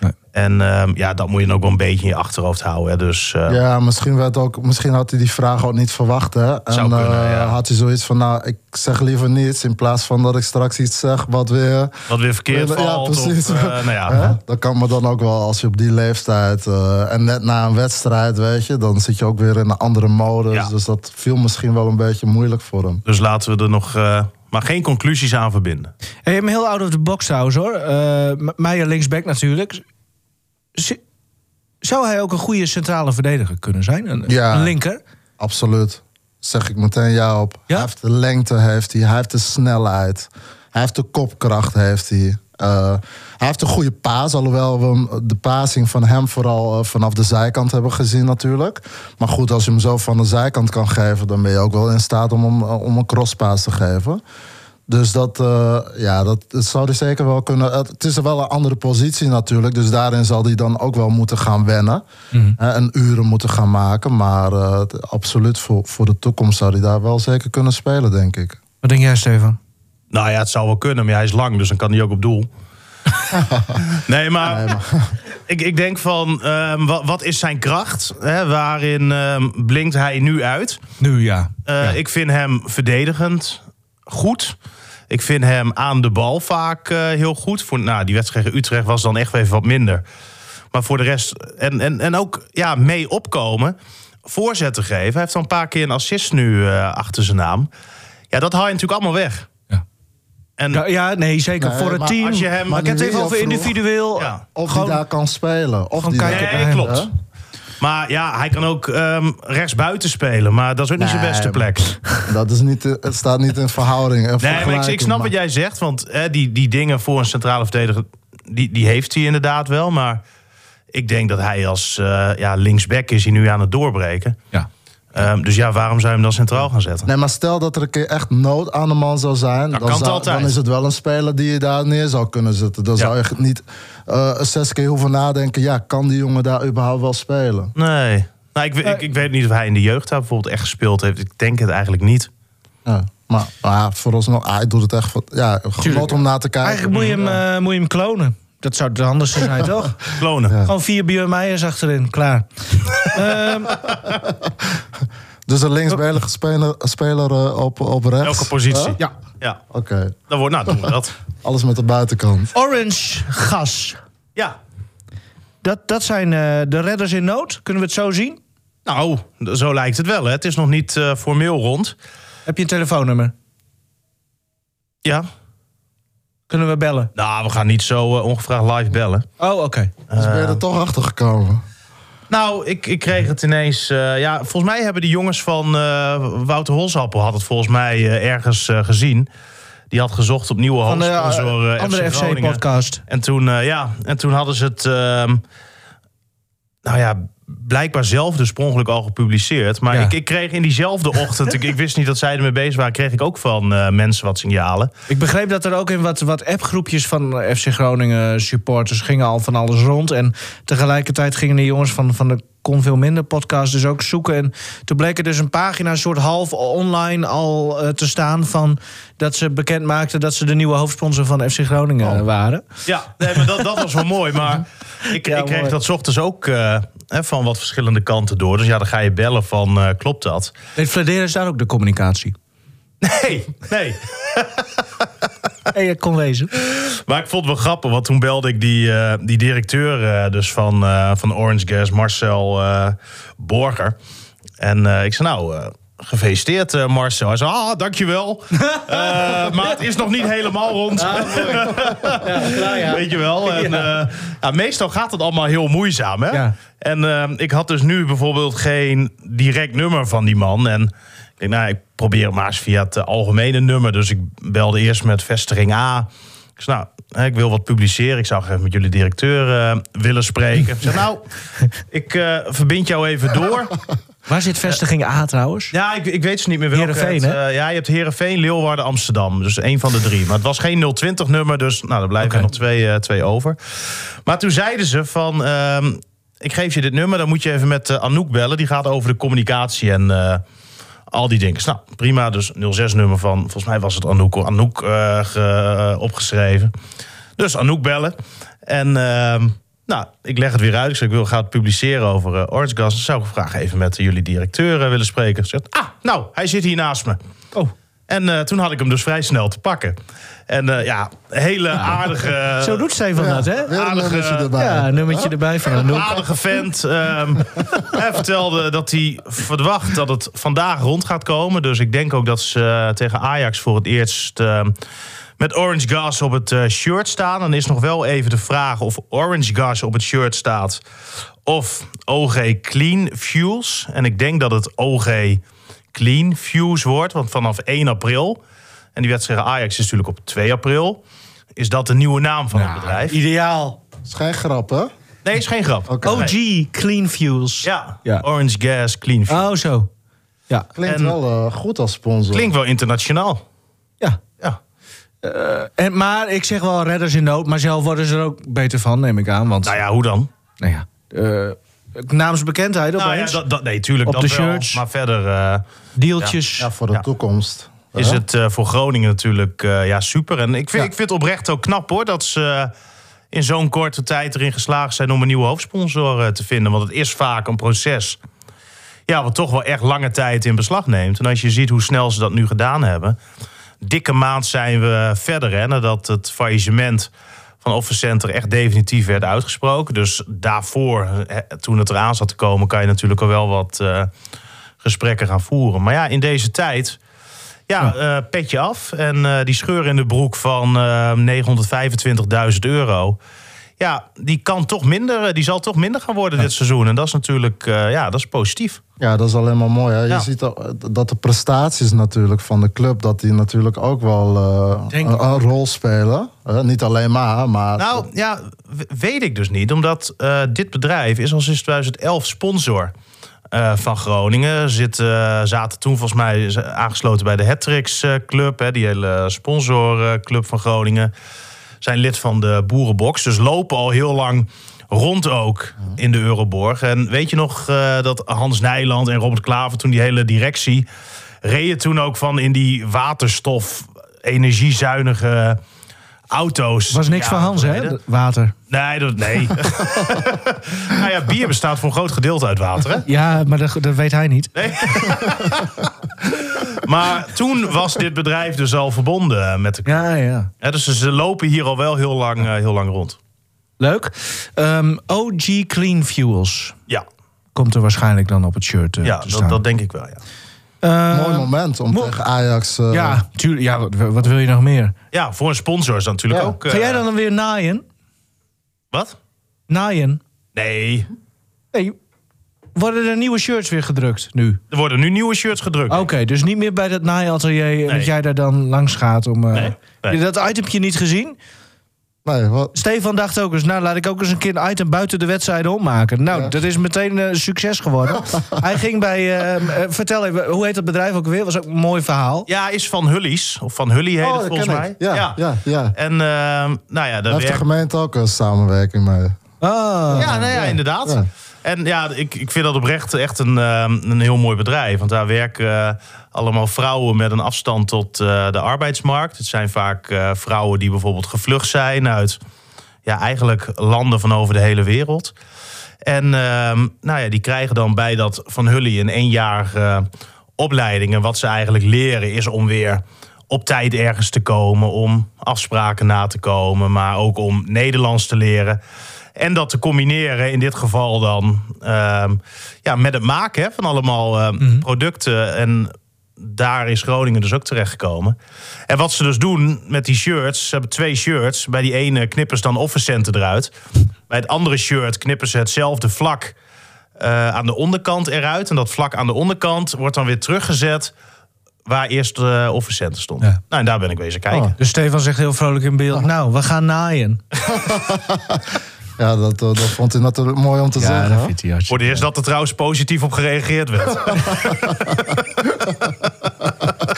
[SPEAKER 2] Nee.
[SPEAKER 4] En ehm, ja, dat moet je dan ook wel een beetje in je achterhoofd houden. Hè. Dus eh,
[SPEAKER 3] Ja, misschien, werd ook, misschien had hij die vraag ook niet verwacht. Hè? En
[SPEAKER 4] Zou kunnen,
[SPEAKER 3] eh,
[SPEAKER 4] ja.
[SPEAKER 3] had hij zoiets van, nou, ik zeg liever niets... in plaats van dat ik straks iets zeg wat weer...
[SPEAKER 4] wat weer verkeerd
[SPEAKER 3] Ja,
[SPEAKER 4] valt.
[SPEAKER 3] precies.
[SPEAKER 4] Of, eh, nou ja,
[SPEAKER 3] <laughs> Hè? Dat kan me dan ook wel als je op die leeftijd... eh, en net na een wedstrijd, weet je... dan zit je ook weer in een andere modus.
[SPEAKER 4] Ja.
[SPEAKER 3] Dus dat viel misschien wel een beetje moeilijk voor hem.
[SPEAKER 4] Dus laten we er nog eh, maar geen conclusies aan verbinden.
[SPEAKER 2] Hey, hem heel out of the box trouwens hoor. Eh, M- Meijer linksback natuurlijk. Z- zou hij ook een goede centrale verdediger kunnen zijn? Een,
[SPEAKER 3] Ja.
[SPEAKER 2] een linker?
[SPEAKER 3] Absoluut. Zeg ik meteen ja op.
[SPEAKER 2] Ja?
[SPEAKER 3] Hij heeft de lengte, heeft hij. Hij heeft de snelheid. Hij heeft de kopkracht, heeft hij. Eh, hij heeft een goede paas, alhoewel we hem- de pasing van hem vooral eh, vanaf de zijkant hebben gezien natuurlijk. Maar goed, als je hem zo van de zijkant kan geven, dan ben je ook wel in staat om, hem, eh, om een crosspaas te geven. Dus dat, eh, ja, dat, dat zou hij zeker wel kunnen. Het, het is wel een andere positie natuurlijk. Dus daarin zal hij dan ook wel moeten gaan wennen.
[SPEAKER 4] Mhm.
[SPEAKER 3] Hè, en uren moeten gaan maken. Maar eh, het- absoluut voor, voor de toekomst zou hij daar wel zeker kunnen spelen, denk ik.
[SPEAKER 2] Wat denk jij Stefan?
[SPEAKER 4] Nou ja, het zou wel kunnen, maar ja, hij is lang, dus dan kan hij ook op doel.
[SPEAKER 3] <laughs>
[SPEAKER 4] nee, maar, <laughs> ik, ik denk van, ehm, wa- wat, is zijn kracht? Hè, waarin ehm, blinkt hij nu uit?
[SPEAKER 2] Nu ja.
[SPEAKER 4] Eh, Ik vind hem verdedigend goed. Ik vind hem aan de bal vaak eh, heel goed. Voor, nou, die wedstrijd tegen Utrecht was dan echt wel even wat minder. Maar voor de rest. En, en, en ook ja, mee opkomen. Voorzetten geven. Hij heeft al een paar keer een assist nu eh, achter zijn naam. Ja, dat haal je natuurlijk allemaal weg.
[SPEAKER 2] Ja.
[SPEAKER 4] En
[SPEAKER 2] Ja, Hm. Nou, ja, nee, zeker.
[SPEAKER 3] Nee,
[SPEAKER 2] Voor het
[SPEAKER 3] maar
[SPEAKER 2] team.
[SPEAKER 4] als je hem-
[SPEAKER 2] maar ik heb het even
[SPEAKER 3] Mourinho
[SPEAKER 2] over
[SPEAKER 3] vroeg-
[SPEAKER 2] individueel.
[SPEAKER 4] Ja.
[SPEAKER 3] Of
[SPEAKER 2] Gewoon-
[SPEAKER 3] hij daar kan spelen. Of
[SPEAKER 2] gewoon
[SPEAKER 3] die
[SPEAKER 2] kijken
[SPEAKER 3] daar-
[SPEAKER 2] naar
[SPEAKER 4] Nee,
[SPEAKER 2] hem,
[SPEAKER 4] klopt. Maar ja, hij kan ook ehm rechtsbuiten spelen. Maar dat is ook niet zijn
[SPEAKER 3] Nee,
[SPEAKER 4] beste
[SPEAKER 3] maar-
[SPEAKER 4] plek.
[SPEAKER 3] <laughs> Dat is niet, het staat niet in verhouding. en
[SPEAKER 4] Nee, maar ik, ik
[SPEAKER 3] vergelijking,
[SPEAKER 4] snap
[SPEAKER 3] maar-
[SPEAKER 4] wat jij zegt. Want hè, die, die dingen voor een centrale verdediger, die, die heeft hij inderdaad wel. Maar ik denk dat hij als eh, ja, linksback is hij nu aan het doorbreken.
[SPEAKER 2] Ja.
[SPEAKER 4] Ehm, dus ja, waarom zou je hem dan centraal gaan zetten?
[SPEAKER 3] Nee, maar stel dat er een keer echt nood aan de man zou zijn.
[SPEAKER 4] Dat
[SPEAKER 3] dan,
[SPEAKER 4] kan
[SPEAKER 3] zou-
[SPEAKER 4] altijd.
[SPEAKER 3] dan is het wel een speler die je daar neer zou kunnen zetten. Dan
[SPEAKER 4] Ja.
[SPEAKER 3] zou je niet eh, zes keer hoeven nadenken. Ja, kan die jongen daar überhaupt wel spelen?
[SPEAKER 4] Nee. Nou, ik, we- ik, ik weet niet of hij in de jeugd daar bijvoorbeeld echt gespeeld heeft. Ik denk het eigenlijk niet.
[SPEAKER 3] Ja. Maar, maar vooralsnog, ah, hij doet het echt. van- Ja, genot om naar te kijken.
[SPEAKER 2] Eigenlijk moet je, hem, eh, moet je hem klonen. Dat zou de handigste zijn, toch?
[SPEAKER 4] Klonen.
[SPEAKER 2] Gewoon vier Björn Meijers achterin, klaar. Ehm,
[SPEAKER 3] Dus een linksbelige speler, speler eh, op, op rechts.
[SPEAKER 4] Elke positie.
[SPEAKER 3] Huh?
[SPEAKER 2] ja.
[SPEAKER 4] Ja.
[SPEAKER 3] Oké,
[SPEAKER 4] Dan wordt, nou, doen we dat.
[SPEAKER 3] alles met de buitenkant.
[SPEAKER 2] Orange gas.
[SPEAKER 4] Ja.
[SPEAKER 2] Dat, dat zijn eh, de redders in nood. Kunnen we het zo zien?
[SPEAKER 4] Nou, d- zo lijkt het wel. Hè. Het is nog niet eh, formeel rond.
[SPEAKER 2] Heb je een telefoonnummer?
[SPEAKER 4] Ja.
[SPEAKER 2] Kunnen we bellen?
[SPEAKER 4] Nou, we gaan niet zo eh, ongevraagd live bellen.
[SPEAKER 2] Oh, oké.
[SPEAKER 3] Dus
[SPEAKER 4] Eh.
[SPEAKER 3] ben je er toch achter gekomen?
[SPEAKER 4] Nou, ik, ik kreeg het ineens. eh, ja, volgens mij hebben de jongens van eh, Wouter Holsappel had het volgens mij eh, ergens eh, gezien. Die had gezocht op nieuwe
[SPEAKER 2] Van de eh,
[SPEAKER 4] hoofdsponsor eh,
[SPEAKER 2] andere
[SPEAKER 4] FC Groningen.
[SPEAKER 2] FC-podcast.
[SPEAKER 4] En toen, eh, ja, en toen hadden ze het, ehm, nou ja, blijkbaar zelf dus per ongeluk al gepubliceerd. Maar
[SPEAKER 2] Ja.
[SPEAKER 4] ik, ik kreeg in diezelfde ochtend, ik, ik wist niet dat zij ermee bezig waren, kreeg ik ook van eh, mensen wat signalen.
[SPEAKER 2] Ik begreep dat er ook in wat, wat appgroepjes van eh, FC Groningen supporters gingen al van alles rond. En tegelijkertijd gingen de jongens van, van de Kon Veel Minder podcast dus ook zoeken. En toen bleek er dus een pagina, een soort half online al eh, te staan... van dat ze bekend maakten dat ze de nieuwe hoofdsponsor van FC Groningen eh, waren.
[SPEAKER 4] Ja, nee, maar dat, dat was wel mooi. Maar ik,
[SPEAKER 2] Ja,
[SPEAKER 4] ik kreeg
[SPEAKER 2] mooi.
[SPEAKER 4] dat 's ochtends ook eh, hè, van wat verschillende kanten door. Dus ja, dan ga je bellen van, eh, klopt dat? <laughs>
[SPEAKER 2] Deed Fladeres daar ook de communicatie?
[SPEAKER 4] Nee, nee.
[SPEAKER 2] Hé, <laughs> hey, eh, kon wezen.
[SPEAKER 4] Maar ik vond het wel grappig, want toen belde ik die, eh, die directeur eh, dus van, eh, van Orange Gas, Marcel eh, Borger. En eh, ik zei, nou, eh, gefeliciteerd eh, Marcel. Hij zei, ah, dankjewel. <laughs> Eh, maar het is nog niet helemaal rond. Weet je wel. En, eh, ja, meestal gaat het allemaal heel moeizaam. Hè?
[SPEAKER 2] Ja.
[SPEAKER 4] En eh, ik had dus nu bijvoorbeeld geen direct nummer van die man. En ik denk, nou, ik probeer het maar eens via het eh, algemene nummer. Dus ik belde eerst met vestiging A. Ik zei, nou, hè, ik wil wat publiceren. Ik zou graag met jullie directeur eh, willen spreken. Ik zei, nou, ik eh, verbind jou even door.
[SPEAKER 2] Waar zit vestiging A trouwens?
[SPEAKER 4] Ja, ik, ik weet ze niet meer welke.
[SPEAKER 2] Heerenveen,
[SPEAKER 4] het,
[SPEAKER 2] hè?
[SPEAKER 4] eh, ja, je hebt Heerenveen, Leeuwarden, Amsterdam. Dus één van de drie. Maar het was geen 020-nummer, dus nou, er blijven er nog twee, eh, twee over. Maar toen zeiden ze van... ehm, ik geef je dit nummer, dan moet je even met eh, Anouk bellen. Die gaat over de communicatie en eh, al die dingen. Dus Nou, prima. Dus 06-nummer van... Volgens mij was het Anouk, hoor. Anouk eh, ge- eh, opgeschreven. Dus Anouk bellen. En... ehm, nou, ik leg het weer uit. Ik zeg, ik wil gaan publiceren over eh, Orange Gas. Dan zou ik graag even met eh, jullie directeur eh, willen spreken. Zegt, ah, nou, hij zit hier naast me.
[SPEAKER 2] Oh.
[SPEAKER 4] En eh, toen had ik hem dus vrij snel te pakken. En eh, ja,
[SPEAKER 2] <laughs>
[SPEAKER 4] hele aardige... eh,
[SPEAKER 2] Zo doet Stefan dat, hè? Oh.
[SPEAKER 3] Weer een
[SPEAKER 4] Aardige-
[SPEAKER 3] nummertje erbij.
[SPEAKER 2] Ja, een nummertje erbij van Anouk.
[SPEAKER 4] aardige vent. ehm, hij vertelde dat hij verwacht dat het vandaag rond gaat komen. Dus ik denk ook dat ze eh, tegen Ajax voor het eerst ehm, met Orange Gas op het eh, shirt staan. Dan is nog wel even de vraag of Orange Gas op het shirt staat of OG Clean Fuels. En ik denk dat het OG Clean Fuels wordt, want vanaf 1 april. En die wedstrijd tegen Ajax is natuurlijk op 2 april. Is dat de nieuwe naam van het bedrijf?
[SPEAKER 2] Ideaal.
[SPEAKER 3] is geen grap, hè?
[SPEAKER 4] Nee, is geen grap.
[SPEAKER 3] Oké.
[SPEAKER 4] Nee.
[SPEAKER 2] OG, Clean Fuels.
[SPEAKER 4] Ja,
[SPEAKER 2] Ja.
[SPEAKER 4] Orange Gas Clean Fuel.
[SPEAKER 2] Oh, zo. Ja.
[SPEAKER 3] Klinkt
[SPEAKER 4] En-
[SPEAKER 3] wel eh, goed als sponsor.
[SPEAKER 4] Klinkt wel internationaal.
[SPEAKER 2] ja.
[SPEAKER 4] Ja.
[SPEAKER 2] Eh, En, maar ik zeg wel redders in nood, maar zelf worden ze er ook beter van, neem ik aan. Want,
[SPEAKER 4] Nou ja, hoe dan?
[SPEAKER 2] nou ja, eh, namensbekendheid
[SPEAKER 4] Nou ja,
[SPEAKER 2] opeens.
[SPEAKER 4] dat, dat, nee, tuurlijk
[SPEAKER 2] Op
[SPEAKER 4] dat
[SPEAKER 2] de
[SPEAKER 4] wel.
[SPEAKER 2] shirts.
[SPEAKER 4] Maar verder eh,
[SPEAKER 2] Deeltjes.
[SPEAKER 3] Ja, voor de
[SPEAKER 4] Ja.
[SPEAKER 3] toekomst.
[SPEAKER 4] is
[SPEAKER 3] Hè?
[SPEAKER 4] het eh, voor Groningen natuurlijk eh, ja, super. En ik vind, ik vind het oprecht ook knap hoor... dat ze eh, in zo'n korte tijd erin geslaagd zijn... om een nieuwe hoofdsponsor eh, te vinden. Want het is vaak een proces... Ja, wat toch wel echt lange tijd in beslag neemt. En als je ziet hoe snel ze dat nu gedaan hebben... dikke maand zijn we verder. Hè, nadat het faillissement van Officenter echt definitief werd uitgesproken. Dus daarvoor, hè, toen het eraan zat te komen, kan je natuurlijk al wel wat eh, gesprekken gaan voeren. Maar ja, in deze tijd. Ja, eh, petje af. En eh, die scheur in de broek van eh, 925.000 euro. Ja, die kan toch minder. eh, Die zal toch minder gaan worden dit seizoen. En dat is natuurlijk, eh, ja, dat is positief.
[SPEAKER 3] Ja, dat is alleen maar mooi. Hè? Je
[SPEAKER 4] Ja.
[SPEAKER 3] ziet al- eh, dat de prestaties natuurlijk van de club... dat die natuurlijk ook wel eh,
[SPEAKER 2] Denk
[SPEAKER 3] een, een rol spelen. Hè? niet alleen maar, maar...
[SPEAKER 4] Nou ja, w- weet ik dus niet. Omdat eh, dit bedrijf is al sinds 2011 sponsor eh, van Groningen. Zit, eh, zaten toen volgens mij z- aangesloten bij de Hattricks eh, Club. Hè, die hele sponsorclub van Groningen. Zijn lid van de Boerenbox. Dus lopen al heel lang rond ook in de Euroborg. En weet je nog eh, dat Hans Nijland en Robert Klaver... toen die hele directie reden toen ook van in die waterstof... energiezuinige auto's.
[SPEAKER 2] was niks
[SPEAKER 4] Ja,
[SPEAKER 2] van Hans, hè?
[SPEAKER 4] geleden.
[SPEAKER 2] D- Water.
[SPEAKER 4] Nee, dat,
[SPEAKER 2] <laughs>
[SPEAKER 4] nee. nou ja, bier bestaat voor een groot gedeelte uit water, hè?
[SPEAKER 2] Ja, maar dat, dat weet hij niet.
[SPEAKER 4] Maar toen was dit bedrijf dus al verbonden met de...
[SPEAKER 2] Ja, ja.
[SPEAKER 4] Hè, dus ze lopen hier al wel heel lang, eh, heel lang rond.
[SPEAKER 2] Leuk. Ehm, OG Clean Fuels
[SPEAKER 4] Ja,
[SPEAKER 2] komt er waarschijnlijk dan op het shirt eh,
[SPEAKER 4] ja
[SPEAKER 2] te
[SPEAKER 4] dat,
[SPEAKER 2] staan.
[SPEAKER 4] dat denk ik wel, ja.
[SPEAKER 2] Eh,
[SPEAKER 3] mooi moment om
[SPEAKER 2] mo-
[SPEAKER 3] tegen Ajax... eh,
[SPEAKER 2] ja, tuurlijk. Ja, wat, wat wil je nog meer?
[SPEAKER 4] Ja, voor een sponsor is dat natuurlijk
[SPEAKER 3] Ja.
[SPEAKER 4] ook... eh,
[SPEAKER 2] Ga jij dan weer naaien?
[SPEAKER 4] Wat?
[SPEAKER 2] Naaien?
[SPEAKER 4] Nee,
[SPEAKER 2] Nee. Worden er nieuwe shirts weer gedrukt nu?
[SPEAKER 4] er worden nu nieuwe shirts gedrukt.
[SPEAKER 2] Oké, dus niet meer bij dat naaiatelier eh, dat jij daar dan langs gaat om... eh,
[SPEAKER 4] Nee, nee.
[SPEAKER 2] Heb je dat itempje niet gezien?
[SPEAKER 3] Nee, wat,
[SPEAKER 2] Stefan dacht ook eens, nou laat ik ook eens een keer een item buiten de wedstrijden ommaken. Nou, dat is meteen eh, succes
[SPEAKER 4] <laughs>
[SPEAKER 2] geworden. Hij ging bij, eh, eh, vertel even, hoe heet dat bedrijf ook weer? Was ook een mooi verhaal.
[SPEAKER 4] Ja, is van Hullies. Of van Hully heet
[SPEAKER 3] Oh,
[SPEAKER 4] het
[SPEAKER 3] dat
[SPEAKER 4] volgens
[SPEAKER 3] ken
[SPEAKER 4] mij.
[SPEAKER 3] ik. Ja, ja, ja.
[SPEAKER 4] En ehm, nou ja, daar
[SPEAKER 3] daar heeft de
[SPEAKER 4] werkt...
[SPEAKER 3] gemeente ook een samenwerking mee.
[SPEAKER 2] Ah,
[SPEAKER 4] Ja, nou ja, inderdaad.
[SPEAKER 3] Ja.
[SPEAKER 4] En ja, ik, ik vind dat oprecht echt een, ehm, een heel mooi bedrijf. Want daar werken eh, allemaal vrouwen met een afstand tot eh, de arbeidsmarkt. Het zijn vaak eh, vrouwen die bijvoorbeeld gevlucht zijn uit ja, eigenlijk landen van over de hele wereld. En ehm, nou ja, die krijgen dan bij dat van Hully een eenjarige eh, opleiding. En wat ze eigenlijk leren is om weer op tijd ergens te komen, om afspraken na te komen, maar ook om Nederlands te leren. En dat te combineren, in dit geval dan ehm, ja, met het maken hè, van allemaal eh, producten. En daar is Groningen dus ook terechtgekomen. En wat ze dus doen met die shirts, ze hebben twee shirts. Bij die ene knippen ze dan offercenten eruit. Bij het andere shirt knippen ze hetzelfde vlak eh, aan de onderkant eruit. En dat vlak aan de onderkant wordt dan weer teruggezet waar eerst de offercenten stond.
[SPEAKER 2] Ja.
[SPEAKER 4] Nou, en daar
[SPEAKER 2] Oh.
[SPEAKER 4] ben ik wezen kijken. Ah.
[SPEAKER 2] Dus Stefan zegt heel vrolijk in beeld, nou, we gaan naaien.
[SPEAKER 3] Ja, dat, eh, dat vond hij natuurlijk mooi om te
[SPEAKER 2] Ja,
[SPEAKER 3] zeggen.
[SPEAKER 2] dat
[SPEAKER 3] hè?
[SPEAKER 2] vindt hij hartstikke
[SPEAKER 4] Voor de eerst dat er trouwens positief op gereageerd werd. <laughs>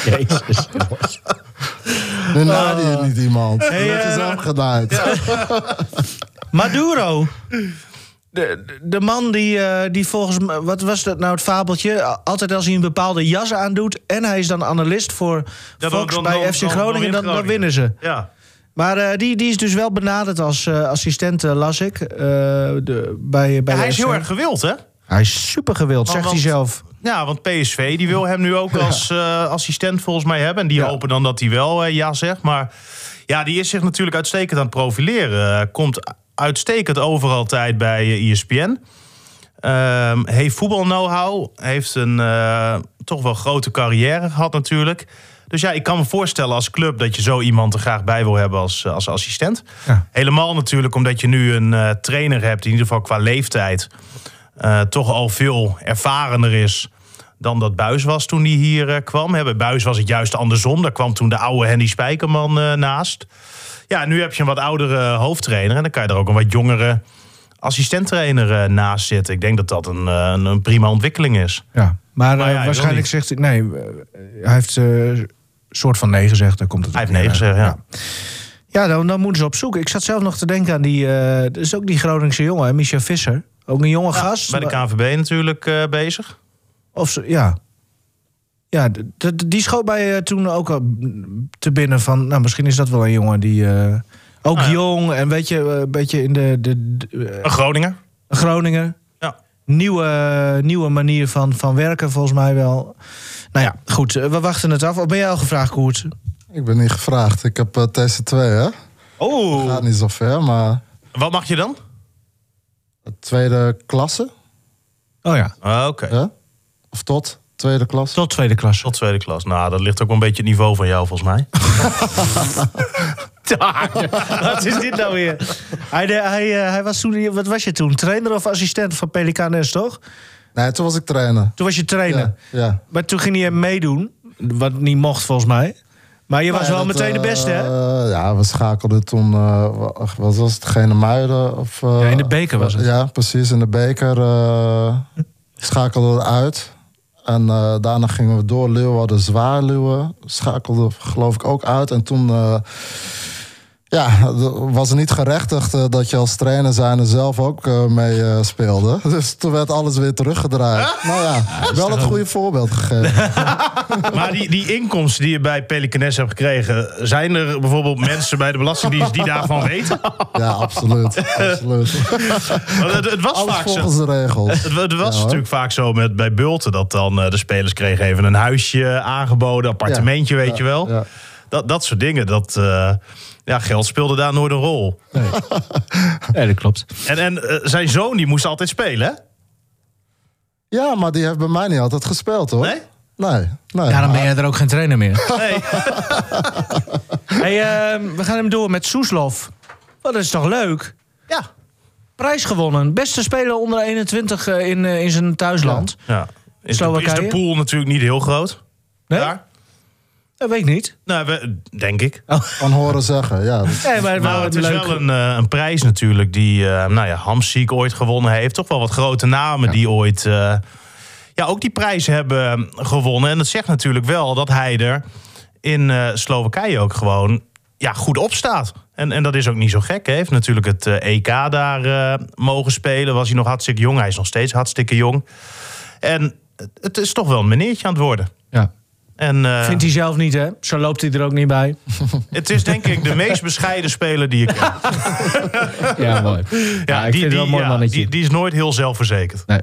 [SPEAKER 5] Jezus.
[SPEAKER 3] Nu naaide je niet iemand.
[SPEAKER 4] Hey,
[SPEAKER 3] dat is
[SPEAKER 4] eh,
[SPEAKER 3] hem genaaid.
[SPEAKER 2] Maduro. De, de- de man die, eh, die volgens mij, wat was dat nou het fabeltje? A- Altijd als hij een bepaalde jas aandoet en hij is dan analist voor
[SPEAKER 4] dan-
[SPEAKER 2] Fox
[SPEAKER 4] dan-
[SPEAKER 2] bij
[SPEAKER 4] dan-
[SPEAKER 2] FC
[SPEAKER 4] dan- dan
[SPEAKER 2] Groningen,
[SPEAKER 4] wint
[SPEAKER 2] dan, dan
[SPEAKER 4] Groningen.
[SPEAKER 2] winnen ze.
[SPEAKER 4] Ja.
[SPEAKER 2] Maar eh, die, die is dus wel benaderd als eh, assistent, eh, las ik. eh, de, bij, bij
[SPEAKER 4] Ja, hij is
[SPEAKER 2] FC.
[SPEAKER 4] heel erg gewild, hè?
[SPEAKER 2] Hij is super gewild,
[SPEAKER 4] Want-
[SPEAKER 2] zegt hij
[SPEAKER 4] want-
[SPEAKER 2] zelf.
[SPEAKER 4] Ja, want PSV die wil hem nu ook als eh, assistent volgens mij hebben. En die hopen dan dat hij wel eh, ja zegt. Maar ja, die is zich natuurlijk uitstekend aan het profileren. Eh, komt uitstekend overal tijd bij eh, ESPN. Ehm, heeft voetbal know-how. Heeft een eh, toch wel grote carrière gehad natuurlijk. Dus ja, ik kan me voorstellen als club dat je zo iemand er graag bij wil hebben als, eh, als assistent.
[SPEAKER 2] Ja.
[SPEAKER 4] Helemaal natuurlijk omdat je nu een eh, trainer hebt, die in ieder geval qua leeftijd eh, toch al veel ervarener is dan dat Buis was toen hij hier eh, kwam. Hè, bij Buis was het juist andersom. Daar kwam toen de oude Henny Spijkerman eh, naast. Ja, nu heb je een wat oudere eh, hoofdtrainer en dan kan je er ook een wat jongere assistenttrainer eh, naast zitten. Ik denk dat dat een, eh, een, een prima ontwikkeling is.
[SPEAKER 2] Ja. Maar,
[SPEAKER 4] Maar
[SPEAKER 2] eh,
[SPEAKER 4] ja, hij
[SPEAKER 2] waarschijnlijk
[SPEAKER 4] wil
[SPEAKER 2] zegt hij... Nee, eh, hij heeft een soort van nee gezegd. Daar komt het
[SPEAKER 4] Hij
[SPEAKER 2] op
[SPEAKER 4] heeft nee
[SPEAKER 2] neer.
[SPEAKER 4] gezegd, ja.
[SPEAKER 2] Ja, dan, dan moeten ze op zoek. Ik zat zelf nog te denken aan die... eh dat is ook die Groningse jongen, hè, Michel Visser. Ook een jonge gast.
[SPEAKER 4] Bij de
[SPEAKER 2] maar-
[SPEAKER 4] KNVB natuurlijk eh, bezig.
[SPEAKER 2] Of ze, ja. Ja, d- d- die schoot mij eh, toen ook al mm, te binnen van... Nou, misschien is dat wel een jongen die... eh, ook
[SPEAKER 4] Nou ja.
[SPEAKER 2] jong en weet je, eh, een beetje in de, de, de eh,
[SPEAKER 4] Een Groninger.
[SPEAKER 2] Groningen.
[SPEAKER 4] Ja.
[SPEAKER 2] Nieuwe, nieuwe manier van, van werken, volgens mij wel. Nou ja, goed, eh, we wachten het af. Of ben jij al gevraagd, Koert?
[SPEAKER 3] Ik ben niet gevraagd. Ik heb eh, TC2, hè?
[SPEAKER 4] Oh,
[SPEAKER 3] Gaat niet zo ver, maar eh,
[SPEAKER 4] wat mag je dan?
[SPEAKER 3] tweede klasse,
[SPEAKER 2] Oh ja.
[SPEAKER 4] Ah, Oké,
[SPEAKER 3] hè? Of tot tweede klasse.
[SPEAKER 2] Tot tweede klasse.
[SPEAKER 4] tot tweede klas. Nou, dat ligt ook wel een beetje het niveau van jou volgens
[SPEAKER 2] <laughs>
[SPEAKER 4] mij.
[SPEAKER 2] <laughs> Wat is dit nou weer? Hij, de- hij, eh, hij was toen, wat was je toen? Trainer of assistent van Pelicanes, toch?
[SPEAKER 3] Nee, toen was ik trainer.
[SPEAKER 2] Toen was je trainer.
[SPEAKER 3] Ja, ja.
[SPEAKER 2] Maar toen ging hij hem meedoen, wat niet mocht volgens mij. Maar je was
[SPEAKER 3] Nou
[SPEAKER 2] wel
[SPEAKER 3] ja, dat,
[SPEAKER 2] meteen de
[SPEAKER 3] eh,
[SPEAKER 2] beste, hè?
[SPEAKER 3] eh, ja, we schakelden toen, eh, wa- ach, wat was het, Gene Muiden? Of, eh,
[SPEAKER 2] Ja, in de beker was het.
[SPEAKER 3] Ja, precies, in de beker eh, schakelden we uit. En eh, daarna gingen we door Leeuwarden, Zwaarluwen. Schakelden we, geloof ik ook uit. En toen eh, ja, d- was het niet gerechtigd eh, dat je als trainer zijnde zelf ook eh, mee eh, speelde. <laughs> Dus toen werd alles weer teruggedraaid.
[SPEAKER 2] Ah!
[SPEAKER 3] Nou ja, wel het goede voorbeeld gegeven.
[SPEAKER 4] <laughs> Maar die, die inkomsten die je bij Pelicanes hebt gekregen... zijn er bijvoorbeeld mensen bij de Belastingdienst die daarvan weten?
[SPEAKER 3] Ja, absoluut. absoluut.
[SPEAKER 4] Want het, het was
[SPEAKER 3] Alles
[SPEAKER 4] vaak zo.
[SPEAKER 3] volgens de
[SPEAKER 2] <laughs>
[SPEAKER 3] regels.
[SPEAKER 4] Het, wa- het was
[SPEAKER 3] Ja, hoor.
[SPEAKER 4] natuurlijk vaak zo met, bij Bulten... dat dan eh, de spelers kregen even een huisje aangeboden... appartementje, weet je wel.
[SPEAKER 3] ja.
[SPEAKER 4] Dat, dat soort dingen, dat... eh, ja, geld speelde daar nooit een rol.
[SPEAKER 5] Nee, dat klopt.
[SPEAKER 4] En, en eh, zijn zoon die moest altijd spelen, hè?
[SPEAKER 3] Ja, maar die heeft bij mij niet altijd gespeeld, hoor.
[SPEAKER 4] Nee?
[SPEAKER 3] Nee. nee.
[SPEAKER 5] Ja, dan ben jij er ook geen trainer meer.
[SPEAKER 2] <laughs>
[SPEAKER 4] Nee.
[SPEAKER 2] Hey, eh, we gaan hem door met Soeslof. Wat is toch leuk?
[SPEAKER 4] ja.
[SPEAKER 2] Prijs gewonnen. Beste speler onder 21 eh, in, eh, in zijn thuisland.
[SPEAKER 4] ja. Is, de, is
[SPEAKER 2] Slowakije?
[SPEAKER 4] de pool natuurlijk niet heel groot.
[SPEAKER 2] Nee?
[SPEAKER 4] Daar?
[SPEAKER 2] Dat weet ik niet.
[SPEAKER 4] Nou, we, denk ik.
[SPEAKER 2] Oh.
[SPEAKER 3] Van horen zeggen, ja.
[SPEAKER 2] <laughs>
[SPEAKER 3] dat-
[SPEAKER 2] Nee, maar
[SPEAKER 4] Nou,
[SPEAKER 2] wel
[SPEAKER 4] het
[SPEAKER 2] een
[SPEAKER 4] is
[SPEAKER 2] leuk.
[SPEAKER 4] wel een, eh, een prijs natuurlijk die eh nou ja, Hamsik ooit gewonnen heeft. Toch wel wat grote namen die ooit eh, ja, ook die prijs hebben eh, gewonnen. En dat zegt natuurlijk wel dat hij er in eh, Slowakije ook gewoon ja, goed op staat. En, en dat is ook niet zo gek. Hij heeft natuurlijk het eh, EK daar eh, mogen spelen. Was hij nog hartstikke jong. Hij is nog steeds hartstikke jong. En het- het is toch wel een meneertje aan het worden.
[SPEAKER 5] Ja.
[SPEAKER 4] En, eh,
[SPEAKER 2] Vindt hij zelf niet, hè? Zo loopt hij er ook niet bij.
[SPEAKER 4] Het is denk ik de meest bescheiden speler die ik ken.
[SPEAKER 5] Ja, mooi. Ja, ik vind het wel een mooi
[SPEAKER 4] ja,
[SPEAKER 5] mannetje.
[SPEAKER 4] Die, die is nooit heel zelfverzekerd.
[SPEAKER 5] Nee.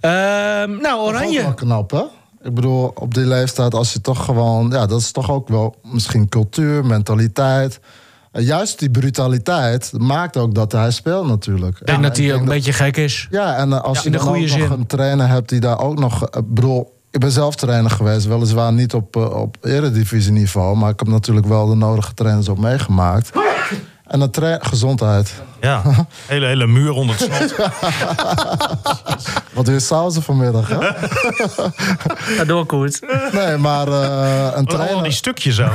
[SPEAKER 2] Ehm, nou,
[SPEAKER 3] Ook wel
[SPEAKER 2] Oranje.
[SPEAKER 3] knap, hè? Ik bedoel, op die leeftijd, als je toch gewoon... Ja, dat is toch ook wel misschien cultuur, mentaliteit. En juist die brutaliteit maakt ook dat hij speelt natuurlijk.
[SPEAKER 2] Ik denk dat hij ook een beetje gek is.
[SPEAKER 3] Ja, en eh, als je
[SPEAKER 2] in de
[SPEAKER 3] dan
[SPEAKER 2] goede
[SPEAKER 3] ook
[SPEAKER 2] zin.
[SPEAKER 3] nog een trainer hebt die daar ook nog... eh, Ik bedoel, ik ben zelf trainer geweest, weliswaar niet op, eh, op eredivisieniveau... maar ik heb natuurlijk wel de nodige trainers op meegemaakt. En een tra- gezondheid.
[SPEAKER 5] <laughs>
[SPEAKER 4] Ja, hele, hele muur onder het slot.
[SPEAKER 3] Wat weer sausen vanmiddag,
[SPEAKER 2] <laughs>
[SPEAKER 3] hè?
[SPEAKER 5] Ga door, Koert.
[SPEAKER 3] Nee, maar eh, een,
[SPEAKER 4] Al die
[SPEAKER 3] trainer,
[SPEAKER 4] stukjes ook.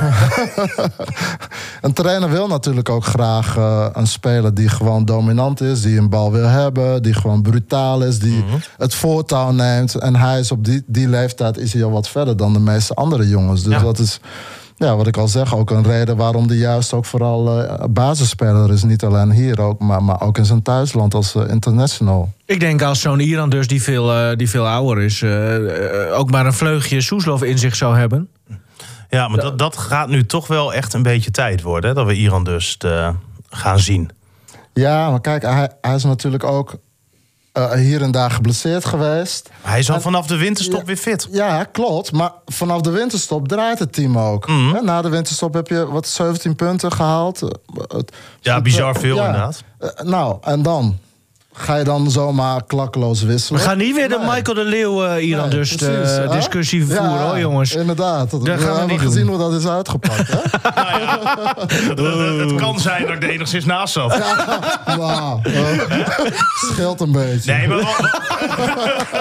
[SPEAKER 3] een trainer wil natuurlijk ook graag eh, een speler die gewoon dominant is, die een bal wil hebben, die gewoon brutaal is, die het voortouw neemt. En hij is op die, die leeftijd is hij al wat verder dan de meeste andere jongens. Dus
[SPEAKER 4] Ja.
[SPEAKER 3] dat is, ja, wat ik al zeg, ook een reden waarom hij juist ook vooral eh, basisspeler is. Niet alleen hier ook, maar, maar ook in zijn thuisland als eh, international.
[SPEAKER 2] Ik denk als zo'n Iran dus, die veel, eh, die veel ouder is... eh, eh, ook maar een vleugje Soeslof in zich zou hebben...
[SPEAKER 4] Ja, maar dat, dat gaat nu toch wel echt een beetje tijd worden. hè, Dat we Iran dus eh, gaan zien.
[SPEAKER 3] Ja, maar kijk, hij, hij is natuurlijk ook eh, hier en daar geblesseerd geweest.
[SPEAKER 4] Hij is al vanaf de winterstop weer fit.
[SPEAKER 3] Ja, klopt. Maar vanaf de winterstop draait het team ook.
[SPEAKER 2] Mhm.
[SPEAKER 3] Hè, Na de winterstop heb je wat 17 punten gehaald. Eh, het-
[SPEAKER 4] Ja,
[SPEAKER 3] het-
[SPEAKER 4] bizar
[SPEAKER 3] eh,
[SPEAKER 4] veel inderdaad.
[SPEAKER 3] Eh, nou, en dan? Ga je dan zomaar klakkeloos
[SPEAKER 2] We
[SPEAKER 3] wisselen?
[SPEAKER 2] gaan niet weer de
[SPEAKER 3] Nee.
[SPEAKER 2] Michael de Leeuw eh, Iran
[SPEAKER 3] Nee,
[SPEAKER 2] dus
[SPEAKER 3] precies,
[SPEAKER 2] de
[SPEAKER 3] hè?
[SPEAKER 2] discussie
[SPEAKER 3] Ja, Eh,
[SPEAKER 2] voeren, hoor, jongens.
[SPEAKER 3] Inderdaad. Dat, we
[SPEAKER 2] gaan we
[SPEAKER 3] hebben
[SPEAKER 2] niet
[SPEAKER 3] gezien
[SPEAKER 2] doen.
[SPEAKER 3] hoe dat is uitgepakt.
[SPEAKER 2] <laughs>
[SPEAKER 3] Hè?
[SPEAKER 4] Het, het- het kan zijn dat ik er enigszins naast zat.
[SPEAKER 3] nou, eh, scheelt een beetje.
[SPEAKER 4] Nee, maar wat,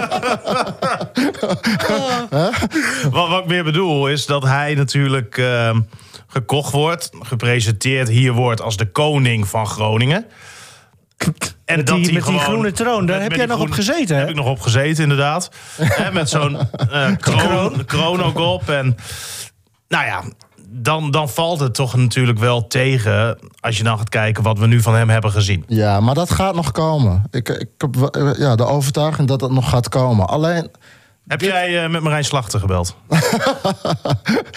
[SPEAKER 4] wat, wat ik meer bedoel is dat hij natuurlijk ehm, gekocht wordt, gepresenteerd hier wordt als de koning van Groningen. En
[SPEAKER 2] Met die-
[SPEAKER 4] hij
[SPEAKER 2] met die groene troon, daar heb
[SPEAKER 4] die
[SPEAKER 2] jij nog op gezeten, hè?
[SPEAKER 4] Daar heb ik nog op gezeten, inderdaad. Hè, met zo'n eh, kroon, kroon ook op. En nou ja, dan, dan valt het toch natuurlijk wel tegen als je dan gaat kijken wat we nu van hem hebben gezien.
[SPEAKER 3] Ja, maar dat gaat nog komen. Ik, ik heb wel- eh, ja, de overtuiging dat dat nog gaat komen. Alleen,
[SPEAKER 4] Heb jij eh, met Marijn Slachter gebeld?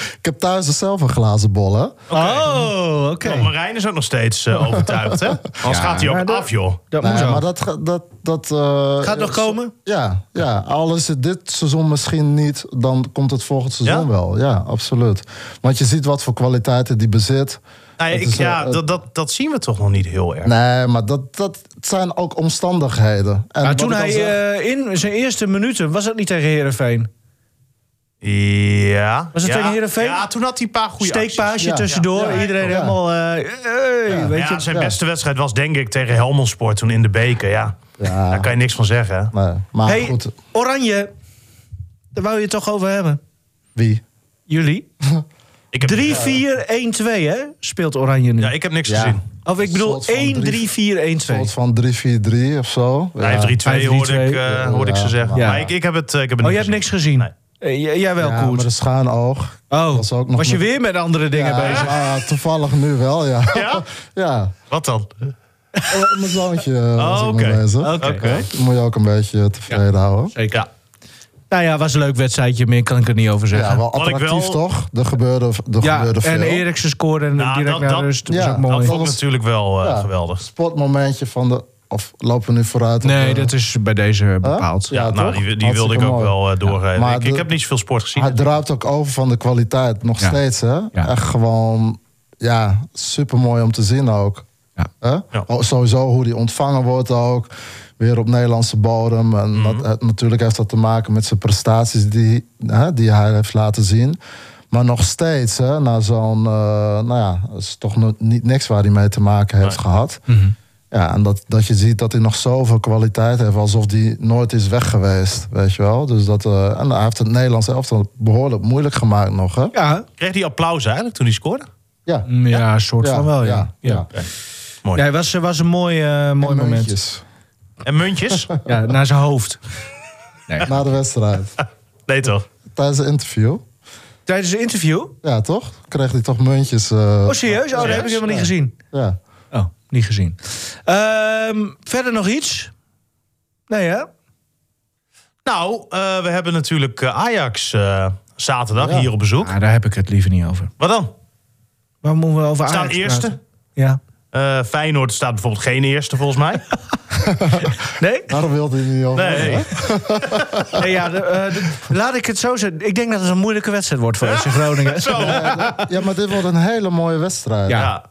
[SPEAKER 3] ik heb thuis dus zelf een glazen bol, hè?
[SPEAKER 2] Oh, oké.
[SPEAKER 4] Want Marijn is ook nog steeds eh, overtuigd, hè? Anders gaat hij ook af, joh.
[SPEAKER 2] Dat
[SPEAKER 3] Nee,
[SPEAKER 2] moet ook.
[SPEAKER 3] Nou maar dat... ga- dat, dat eh,
[SPEAKER 2] Gaat nog komen?
[SPEAKER 3] Ja, ja, al is het dit seizoen misschien niet, dan komt het volgend seizoen
[SPEAKER 4] Ja?
[SPEAKER 3] wel. Ja, absoluut. Want je ziet wat voor kwaliteiten die bezit.
[SPEAKER 4] Nou,
[SPEAKER 3] Het
[SPEAKER 4] ik,
[SPEAKER 3] is, eh,
[SPEAKER 4] ja,
[SPEAKER 3] het-
[SPEAKER 4] dat, dat, dat zien we toch nog niet heel erg.
[SPEAKER 3] Nee, maar dat, dat zijn ook omstandigheden. En
[SPEAKER 2] Maar
[SPEAKER 3] wat
[SPEAKER 2] toen
[SPEAKER 3] ik al
[SPEAKER 2] hij
[SPEAKER 3] zeg-
[SPEAKER 2] eh, in zijn eerste minuten, was dat niet tegen Herenveen?
[SPEAKER 4] Ja.
[SPEAKER 2] Was het
[SPEAKER 4] ja.
[SPEAKER 2] tegen Heerenveen?
[SPEAKER 4] Ja, toen had hij een paar goede acties.
[SPEAKER 2] Steekpaasje
[SPEAKER 3] Ja,
[SPEAKER 2] tussendoor,
[SPEAKER 3] ja, ja,
[SPEAKER 2] iedereen
[SPEAKER 3] ja.
[SPEAKER 2] helemaal... eh, hey, weet
[SPEAKER 4] Ja,
[SPEAKER 2] je,
[SPEAKER 4] zijn
[SPEAKER 3] ja.
[SPEAKER 4] beste wedstrijd was denk ik tegen Helmond Sport toen in de beker, ja.
[SPEAKER 3] Ja.
[SPEAKER 4] Daar kan je niks van zeggen. hè?
[SPEAKER 3] Nee, maar
[SPEAKER 2] eh, hey,
[SPEAKER 3] Ah, goed,
[SPEAKER 2] Oranje, daar wou je het toch over hebben?
[SPEAKER 3] wie?
[SPEAKER 2] Jullie? 3-4-1-2,
[SPEAKER 4] Ik heb,
[SPEAKER 2] hè? Speelt Oranje nu.
[SPEAKER 4] ja, ik heb niks
[SPEAKER 3] Ja.
[SPEAKER 4] gezien.
[SPEAKER 2] of ik bedoel
[SPEAKER 3] soort van drie-
[SPEAKER 2] 1-3-4-5-3-2.
[SPEAKER 3] Soort van 3-4-3 of zo. Ja.
[SPEAKER 4] 5-3-2 hoorde, ik,
[SPEAKER 2] 5-3-2.
[SPEAKER 4] eh, hoorde ik ze
[SPEAKER 3] Ja.
[SPEAKER 4] zeggen.
[SPEAKER 2] Ja.
[SPEAKER 4] Maar ik, ik heb het, eh, ik heb het
[SPEAKER 2] Oh, je
[SPEAKER 4] niet
[SPEAKER 2] hebt niks gezien?
[SPEAKER 4] Nee.
[SPEAKER 2] Eh, j- jij wel,
[SPEAKER 3] Ja,
[SPEAKER 2] Koert.
[SPEAKER 3] met een schuin oog.
[SPEAKER 2] Oh,
[SPEAKER 3] was ook nog
[SPEAKER 2] was je
[SPEAKER 3] met-
[SPEAKER 2] weer met andere dingen
[SPEAKER 3] Ja,
[SPEAKER 2] bezig?
[SPEAKER 3] ja, toevallig nu wel, ja.
[SPEAKER 4] Ja?
[SPEAKER 3] <laughs> ja.
[SPEAKER 4] Wat dan?
[SPEAKER 3] Eh, Mijn zoontje eh, was
[SPEAKER 4] Oh,
[SPEAKER 3] ook
[SPEAKER 4] oké.
[SPEAKER 3] nog bezig.
[SPEAKER 2] Oké.
[SPEAKER 4] Oké.
[SPEAKER 3] Moet je ook een beetje tevreden houden.
[SPEAKER 2] Zeker.
[SPEAKER 4] Ja.
[SPEAKER 2] Nou ja, was een leuk wedstrijdje, meer kan ik er niet over zeggen.
[SPEAKER 3] Ja, wel
[SPEAKER 4] Wat ik
[SPEAKER 3] attractief
[SPEAKER 4] wel-
[SPEAKER 3] toch? Er gebeurde, er
[SPEAKER 2] Ja,
[SPEAKER 3] gebeurde veel.
[SPEAKER 2] en Eriksen scoorde en
[SPEAKER 4] Nou,
[SPEAKER 2] direct
[SPEAKER 4] dat-
[SPEAKER 2] naar
[SPEAKER 4] dat-
[SPEAKER 2] rust. Dat
[SPEAKER 3] ja,
[SPEAKER 2] was ook mooi.
[SPEAKER 4] Dat vond ik
[SPEAKER 3] was-
[SPEAKER 4] natuurlijk wel eh,
[SPEAKER 3] Ja.
[SPEAKER 4] geweldig.
[SPEAKER 3] Sportmomentje van de... Of lopen we nu vooruit? op
[SPEAKER 2] Nee,
[SPEAKER 3] de-
[SPEAKER 2] dat is bij deze bepaald.
[SPEAKER 4] Ja,
[SPEAKER 3] eh, Ja,
[SPEAKER 4] nou,
[SPEAKER 3] toch?
[SPEAKER 4] die, die wilde ik
[SPEAKER 3] Hartstikke
[SPEAKER 4] ook
[SPEAKER 3] mooi.
[SPEAKER 4] wel eh, doorgeven.
[SPEAKER 3] maar
[SPEAKER 4] ik, ik
[SPEAKER 3] de- Ah,
[SPEAKER 4] heb niet zoveel sport gezien.
[SPEAKER 3] Hij druipt ook over van de kwaliteit. Nog
[SPEAKER 2] Ja.
[SPEAKER 3] steeds, hè? Echt gewoon... Ja, supermooi om te zien ook.
[SPEAKER 2] Ja.
[SPEAKER 3] Hè? Oh, sowieso hoe die ontvangen wordt ook. Weer op Nederlandse bodem. En dat, eh, natuurlijk heeft dat te maken met zijn prestaties die, hè, die hij heeft laten zien. Maar nog steeds, hè, na zo'n... eh, nou ja, dat is toch no- niet niks waar hij mee te maken heeft gehad. Ja, en dat, dat je ziet dat hij nog zoveel kwaliteit heeft. Alsof hij nooit is weg geweest, weet je wel. Dus dat, eh, en hij heeft het Nederlands elftal behoorlijk moeilijk gemaakt nog, hè?
[SPEAKER 2] Ja,
[SPEAKER 4] Kreeg hij applaus eigenlijk toen hij scoorde?
[SPEAKER 3] Ja.
[SPEAKER 2] mm, ja, soort van wel, ja.
[SPEAKER 3] ja, ja.
[SPEAKER 2] Ja, het was, was een mooi, eh, mooi
[SPEAKER 3] En
[SPEAKER 2] moment.
[SPEAKER 3] muntjes.
[SPEAKER 4] En
[SPEAKER 3] <laughs>
[SPEAKER 4] muntjes?
[SPEAKER 2] Ja, naar zijn hoofd.
[SPEAKER 3] Na de wedstrijd.
[SPEAKER 4] Nee toch?
[SPEAKER 3] Tijdens een interview.
[SPEAKER 2] Tijdens een interview?
[SPEAKER 3] Ja, toch? Kreeg hij toch muntjes. eh,
[SPEAKER 2] Oh, serieus? Oh, dat heb ik helemaal niet gezien.
[SPEAKER 3] ja.
[SPEAKER 2] Oh, niet gezien. Ehm, verder nog iets? Nee, hè?
[SPEAKER 4] Nou, eh, we hebben natuurlijk eh, Ajax eh, zaterdag
[SPEAKER 3] Ja.
[SPEAKER 4] hier op bezoek.
[SPEAKER 2] Ah, daar heb ik het liever niet over.
[SPEAKER 4] Wat dan?
[SPEAKER 2] Waar moeten we over
[SPEAKER 4] Staan
[SPEAKER 2] Ajax
[SPEAKER 4] eerste?
[SPEAKER 2] praten? Ja.
[SPEAKER 4] Eh, Feyenoord staat bijvoorbeeld geen eerste volgens mij.
[SPEAKER 3] <laughs>
[SPEAKER 2] Nee?
[SPEAKER 3] Daarom wilde hij niet over.
[SPEAKER 4] Nee.
[SPEAKER 2] nee ja, de- eh, de- laat ik het zo zeggen. Ik denk dat het een
[SPEAKER 4] <laughs>
[SPEAKER 2] moeilijke wedstrijd wordt voor FC Groningen.
[SPEAKER 4] Zo. Ja.
[SPEAKER 3] Ja, maar dit wordt een hele mooie wedstrijd.
[SPEAKER 2] Ja.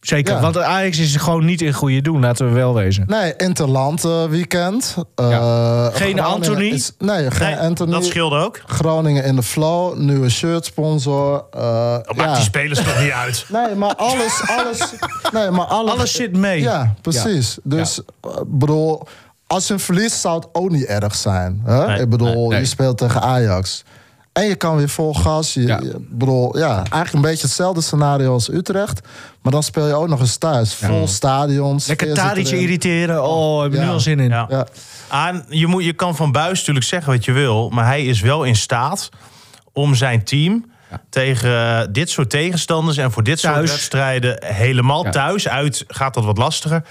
[SPEAKER 2] Zeker,
[SPEAKER 3] Ja.
[SPEAKER 2] want Ajax is gewoon niet in goede doen, laten we wel wezen.
[SPEAKER 3] Nee, Interland eh, weekend. Eh, Groningen
[SPEAKER 2] Anthony?
[SPEAKER 3] is- nee, geen
[SPEAKER 4] Nee,
[SPEAKER 3] Anthony.
[SPEAKER 4] Dat scheelde ook.
[SPEAKER 3] Groningen in de flow, nieuwe Eh, shirt sponsor.
[SPEAKER 4] Dat maakt die spelers toch niet
[SPEAKER 3] <laughs>
[SPEAKER 4] uit.
[SPEAKER 3] Nee, maar
[SPEAKER 2] <laughs>
[SPEAKER 3] alles, alles. Nee, maar alles,
[SPEAKER 2] Alles zit mee.
[SPEAKER 3] Ja, precies. Dus eh, bedoel, als je verliest zou het ook niet erg zijn. Hè?
[SPEAKER 4] Nee,
[SPEAKER 3] ik bedoel,
[SPEAKER 2] nee, nee.
[SPEAKER 3] je speelt tegen Ajax. En je kan weer vol gas. Je,
[SPEAKER 2] Ja.
[SPEAKER 3] je- bedoel, ja, eigenlijk een beetje hetzelfde scenario als Utrecht. Maar dan speel je ook nog eens thuis. Vol stadions.
[SPEAKER 2] Lekker
[SPEAKER 3] sfeer zit
[SPEAKER 2] Tadic
[SPEAKER 3] erin.
[SPEAKER 2] irriteren, oh, heb ik nu
[SPEAKER 3] Ja.
[SPEAKER 2] al zin in.
[SPEAKER 4] Ja.
[SPEAKER 3] Ja.
[SPEAKER 4] Aan, Ah, je, moet, je kan van Buis natuurlijk zeggen wat je wil, maar hij is wel in staat om zijn team tegen eh, dit soort tegenstanders en voor dit soort
[SPEAKER 2] Thuis.
[SPEAKER 4] wedstrijden helemaal
[SPEAKER 2] Ja.
[SPEAKER 4] thuis uit gaat dat wat lastiger.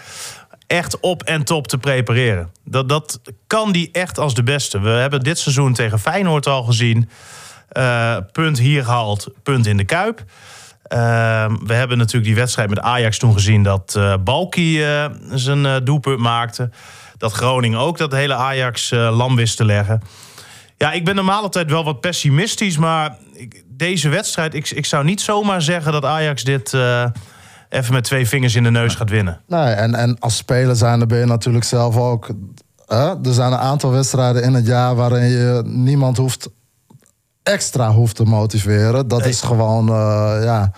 [SPEAKER 4] Echt op en top te prepareren. Dat, dat kan die echt als de beste. We hebben dit seizoen tegen Feyenoord al gezien. Eh, punt hier gehaald, punt in de kuip. Ehm, we hebben natuurlijk die wedstrijd met Ajax toen gezien dat eh Balki eh, zijn eh, doelpunt maakte. Dat Groningen ook dat hele Ajax eh, lam wist te leggen. Ja, ik ben normaal altijd wel wat pessimistisch, maar ik- deze wedstrijd, ik, ik zou niet zomaar zeggen dat Ajax dit eh, even met twee vingers in de neus gaat winnen.
[SPEAKER 3] Nee, en, en als speler zijn ben je natuurlijk zelf ook. Hè? Er zijn een aantal wedstrijden in het jaar waarin je niemand hoeft extra hoeft te motiveren. Dat is gewoon eh, ja,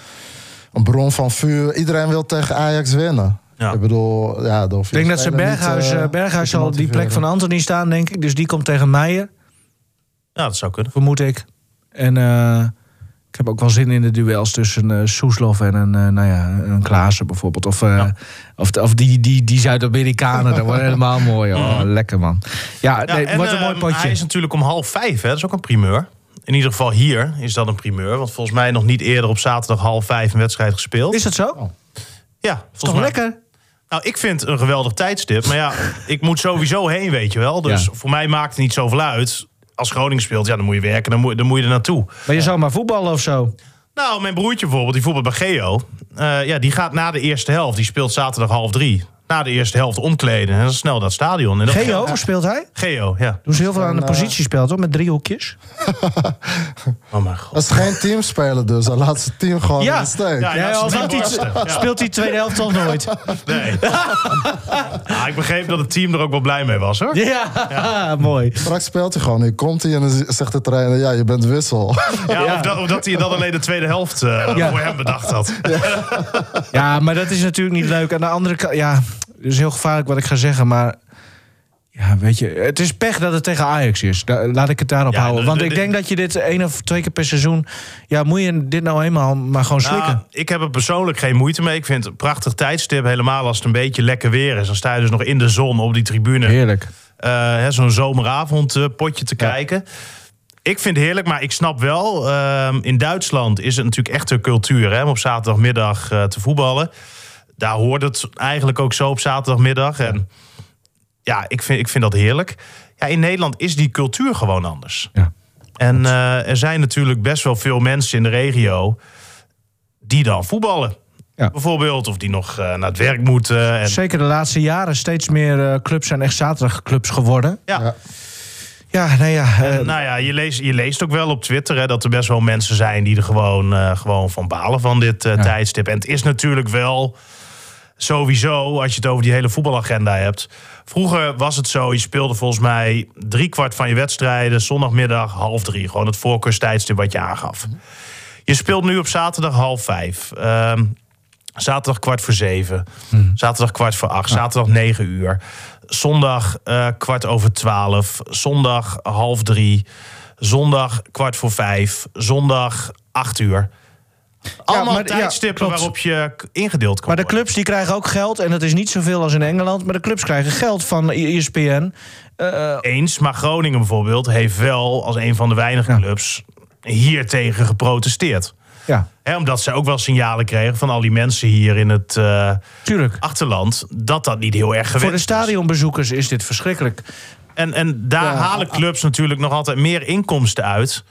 [SPEAKER 3] een bron van vuur. Iedereen wil tegen Ajax winnen.
[SPEAKER 4] Ja.
[SPEAKER 3] Ik bedoel, ja, dan hoef
[SPEAKER 2] Ik denk dat ze Berghuis, eh, Berghuis zal op die plek van Anthony staan, denk ik. Dus die komt tegen Meijer,
[SPEAKER 4] Ja, dat zou kunnen.
[SPEAKER 2] vermoed ik. En eh, ik heb ook wel zin in de duels tussen eh Soeslof en een, eh, nou ja, een Klaassen bijvoorbeeld. Of, eh, of, of die, die, die Zuid-Amerikanen,
[SPEAKER 4] <laughs>
[SPEAKER 2] dat wordt helemaal mooi. Oh, lekker man. Ja,
[SPEAKER 4] Ja,
[SPEAKER 2] nee,
[SPEAKER 4] en,
[SPEAKER 2] wordt een mooi
[SPEAKER 4] ehm,
[SPEAKER 2] potje.
[SPEAKER 4] Hij is natuurlijk om half vijf, hè? dat is ook een primeur. In ieder geval hier is dat een primeur, want volgens mij nog niet eerder op zaterdag half vijf een wedstrijd gespeeld.
[SPEAKER 2] Is dat zo?
[SPEAKER 4] ja, Oh, volgens
[SPEAKER 2] Toch
[SPEAKER 4] mij.
[SPEAKER 2] lekker?
[SPEAKER 4] Nou, ik vind een geweldig tijdstip. Maar
[SPEAKER 2] <laughs>
[SPEAKER 4] ja, ik moet sowieso heen, weet je wel. Dus
[SPEAKER 2] Ja.
[SPEAKER 4] voor mij maakt het niet zoveel uit. Als Groningen speelt, ja, dan moet je werken, dan moet, dan moet je er naartoe.
[SPEAKER 2] Maar je zou maar voetballen of zo.
[SPEAKER 4] Nou, mijn broertje bijvoorbeeld, die voetbalt bij Geo. eh, ja, die gaat na de eerste helft, die speelt zaterdag half drie. Na de eerste helft omkleden en dan snel dat stadion. En dat-
[SPEAKER 2] Geo, hoe speelt hij?
[SPEAKER 4] Geo, ja.
[SPEAKER 2] Doen ze heel veel aan de
[SPEAKER 3] eh,
[SPEAKER 2] positiespel, toch? Met driehoekjes.
[SPEAKER 4] Oh mijn god.
[SPEAKER 3] Dat is geen teamspeler dus. Hij laat zijn team gewoon in
[SPEAKER 2] Ja.
[SPEAKER 3] de steek.
[SPEAKER 4] Ja, ja, dat is
[SPEAKER 2] speelt,
[SPEAKER 4] niet
[SPEAKER 2] hij,
[SPEAKER 4] lastig. Ja.
[SPEAKER 2] speelt hij tweede helft toch nooit? <laughs>
[SPEAKER 4] Nee. Ah, ik begreep dat het team er ook wel blij mee was, hoor.
[SPEAKER 2] Ja, mooi.
[SPEAKER 3] Straks speelt hij gewoon. Nu komt hij en dan zegt de trainer... ja, je bent wissel.
[SPEAKER 4] Ja, Of, dat, of dat hij dan alleen de tweede helft eh,
[SPEAKER 2] Ja.
[SPEAKER 4] voor hem bedacht had.
[SPEAKER 2] Ja, maar dat is natuurlijk niet leuk. Aan de andere kant, ja, het is heel gevaarlijk wat ik ga zeggen, maar. Ja, weet je, het is pech dat het tegen Ajax is. Da- laat ik het daarop
[SPEAKER 4] Ja,
[SPEAKER 2] houden.
[SPEAKER 4] de-
[SPEAKER 2] Want
[SPEAKER 4] de-
[SPEAKER 2] ik
[SPEAKER 4] de-
[SPEAKER 2] denk dat je dit één of twee keer per seizoen. Ja, moet je dit nou eenmaal maar gewoon slikken.
[SPEAKER 4] Nou, ik heb er persoonlijk geen moeite mee. Ik vind het een prachtig tijdstip. Helemaal als het een beetje lekker weer is. Dan sta je dus nog in de zon op die tribune.
[SPEAKER 2] Heerlijk.
[SPEAKER 4] eh, hè, Zo'n zomeravond eh, potje te kijken. Ik vind het heerlijk, maar ik snap wel. ehm, in Duitsland is het natuurlijk echt een cultuur hè, om op zaterdagmiddag eh, te voetballen. Daar hoort het eigenlijk ook zo op zaterdagmiddag. En ja, ik vind, ik vind dat heerlijk. Ja, in Nederland is die cultuur gewoon anders.
[SPEAKER 2] Ja.
[SPEAKER 4] En eh, er zijn natuurlijk best wel veel mensen in de regio die dan voetballen.
[SPEAKER 2] Ja.
[SPEAKER 4] Bijvoorbeeld, of die nog eh, naar het werk moeten. En,
[SPEAKER 2] Zeker de laatste jaren steeds meer eh, clubs zijn echt zaterdagclubs geworden.
[SPEAKER 4] ja.
[SPEAKER 3] Ja.
[SPEAKER 2] Ja, nee, ja. <laughs> eh,
[SPEAKER 4] Nou ja, je leest, je leest ook wel op Twitter hè, dat er best wel mensen zijn die er gewoon, eh, gewoon van balen van dit eh, tijdstip. En het is natuurlijk wel sowieso, als je het over die hele voetbalagenda hebt. Vroeger was het zo, je speelde volgens mij driekwart van je wedstrijden zondagmiddag half drie. Gewoon het voorkeurstijdstip wat je aangaf. Je speelt nu op zaterdag half vijf. Ehm, zaterdag kwart voor zeven.
[SPEAKER 2] Hmm.
[SPEAKER 4] Zaterdag kwart voor acht. Zaterdag negen uur. Zondag eh, kwart over twaalf. Zondag half drie. Zondag kwart voor vijf. Zondag acht uur. Allemaal
[SPEAKER 2] maar- ja,
[SPEAKER 4] tijdstippen
[SPEAKER 2] klopt.
[SPEAKER 4] waarop je k- ingedeeld kan
[SPEAKER 2] Maar de
[SPEAKER 4] worden.
[SPEAKER 2] clubs die krijgen ook geld. En dat is niet zoveel als in Engeland. Maar de clubs krijgen geld van E- ESPN.
[SPEAKER 4] Eens, maar Groningen bijvoorbeeld heeft wel als een van de weinige clubs hier tegen geprotesteerd.
[SPEAKER 2] Ja,
[SPEAKER 4] Hè, omdat ze ook wel signalen kregen van al die mensen hier in het eh,
[SPEAKER 2] tuurlijk.
[SPEAKER 4] achterland dat dat niet heel erg
[SPEAKER 2] Voor de
[SPEAKER 4] gewenst is.
[SPEAKER 2] stadionbezoekers is dit verschrikkelijk.
[SPEAKER 4] En, en daar halen clubs natuurlijk nog altijd meer inkomsten uit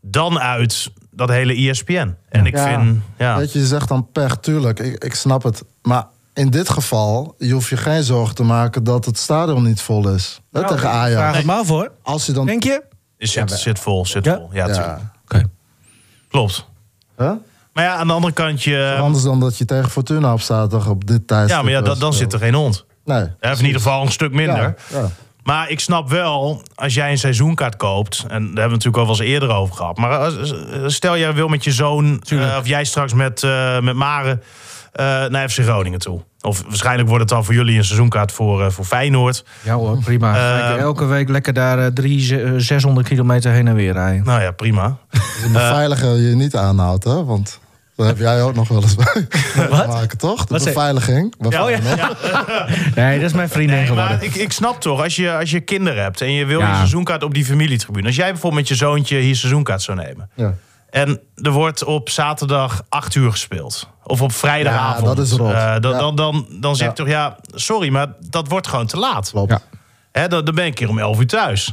[SPEAKER 4] dan uit dat hele E ESPN. En ik
[SPEAKER 3] Ja.
[SPEAKER 4] vind, ja,
[SPEAKER 3] Weet je, je zegt dan pech, tuurlijk, ik, ik snap het. Maar in dit geval, je hoeft je geen zorgen te maken dat het stadion niet vol is. Hè, tegen
[SPEAKER 2] Nou, Vraag
[SPEAKER 3] Ajax.
[SPEAKER 2] het maar voor.
[SPEAKER 3] Als je dan...
[SPEAKER 2] Denk je?
[SPEAKER 4] zit, zit vol, zit
[SPEAKER 2] Ja.
[SPEAKER 4] vol. Ja, tuurlijk.
[SPEAKER 3] ja.
[SPEAKER 4] klopt.
[SPEAKER 3] Hè?
[SPEAKER 4] Maar ja, aan de andere kant, je,
[SPEAKER 3] Anders dan dat je tegen Fortuna op zaterdag op dit tijdstip...
[SPEAKER 4] Ehm, ja, maar ja,
[SPEAKER 3] eh,
[SPEAKER 4] dan, dan
[SPEAKER 3] speelt.
[SPEAKER 4] zit er geen hond.
[SPEAKER 3] Nee.
[SPEAKER 4] Hè, Of in ieder geval een stuk minder.
[SPEAKER 3] Ja, ja.
[SPEAKER 4] Maar ik snap wel, als jij een seizoenkaart koopt, en daar hebben we het natuurlijk al wel eens eerder over gehad. Maar als- stel jij wil met je zoon, eh, of jij straks met, eh, met Mare eh, naar FC Groningen toe. Of waarschijnlijk wordt het dan voor jullie een seizoenkaart voor, eh, voor Feyenoord.
[SPEAKER 2] Ja hoor, prima.
[SPEAKER 4] Eh,
[SPEAKER 2] Lekker elke week lekker daar eh, drie, ze- eh, 600 kilometer heen en weer rijden.
[SPEAKER 4] Nou ja, prima.
[SPEAKER 3] Als de
[SPEAKER 4] Eh.
[SPEAKER 3] beveiliger je niet aanhoudt, hè? Want daar heb jij ook nog wel eens
[SPEAKER 4] <laughs>
[SPEAKER 3] bij te maken, toch? De
[SPEAKER 2] Wat zei-
[SPEAKER 3] beveiliging.
[SPEAKER 4] Ja, ja.
[SPEAKER 2] <laughs> Nee, dat is mijn vriendin
[SPEAKER 4] Nee,
[SPEAKER 2] geworden.
[SPEAKER 4] maar ik, ik snap toch, als je, als je kinderen hebt en je wil je
[SPEAKER 2] Ja.
[SPEAKER 4] seizoenkaart op die familietribune. Als jij bijvoorbeeld met je zoontje hier seizoenkaart zou nemen.
[SPEAKER 3] Ja.
[SPEAKER 4] En er wordt op zaterdag 8 uur gespeeld. Of op vrijdagavond.
[SPEAKER 3] Ja, dat is rot.
[SPEAKER 4] Eh, dan,
[SPEAKER 3] Ja.
[SPEAKER 4] dan, dan, dan zeg ik
[SPEAKER 3] Ja.
[SPEAKER 4] toch, ja, sorry, maar dat wordt gewoon te laat.
[SPEAKER 3] Klopt.
[SPEAKER 2] Ja.
[SPEAKER 4] Hè, dan, dan ben ik hier om 11 uur thuis.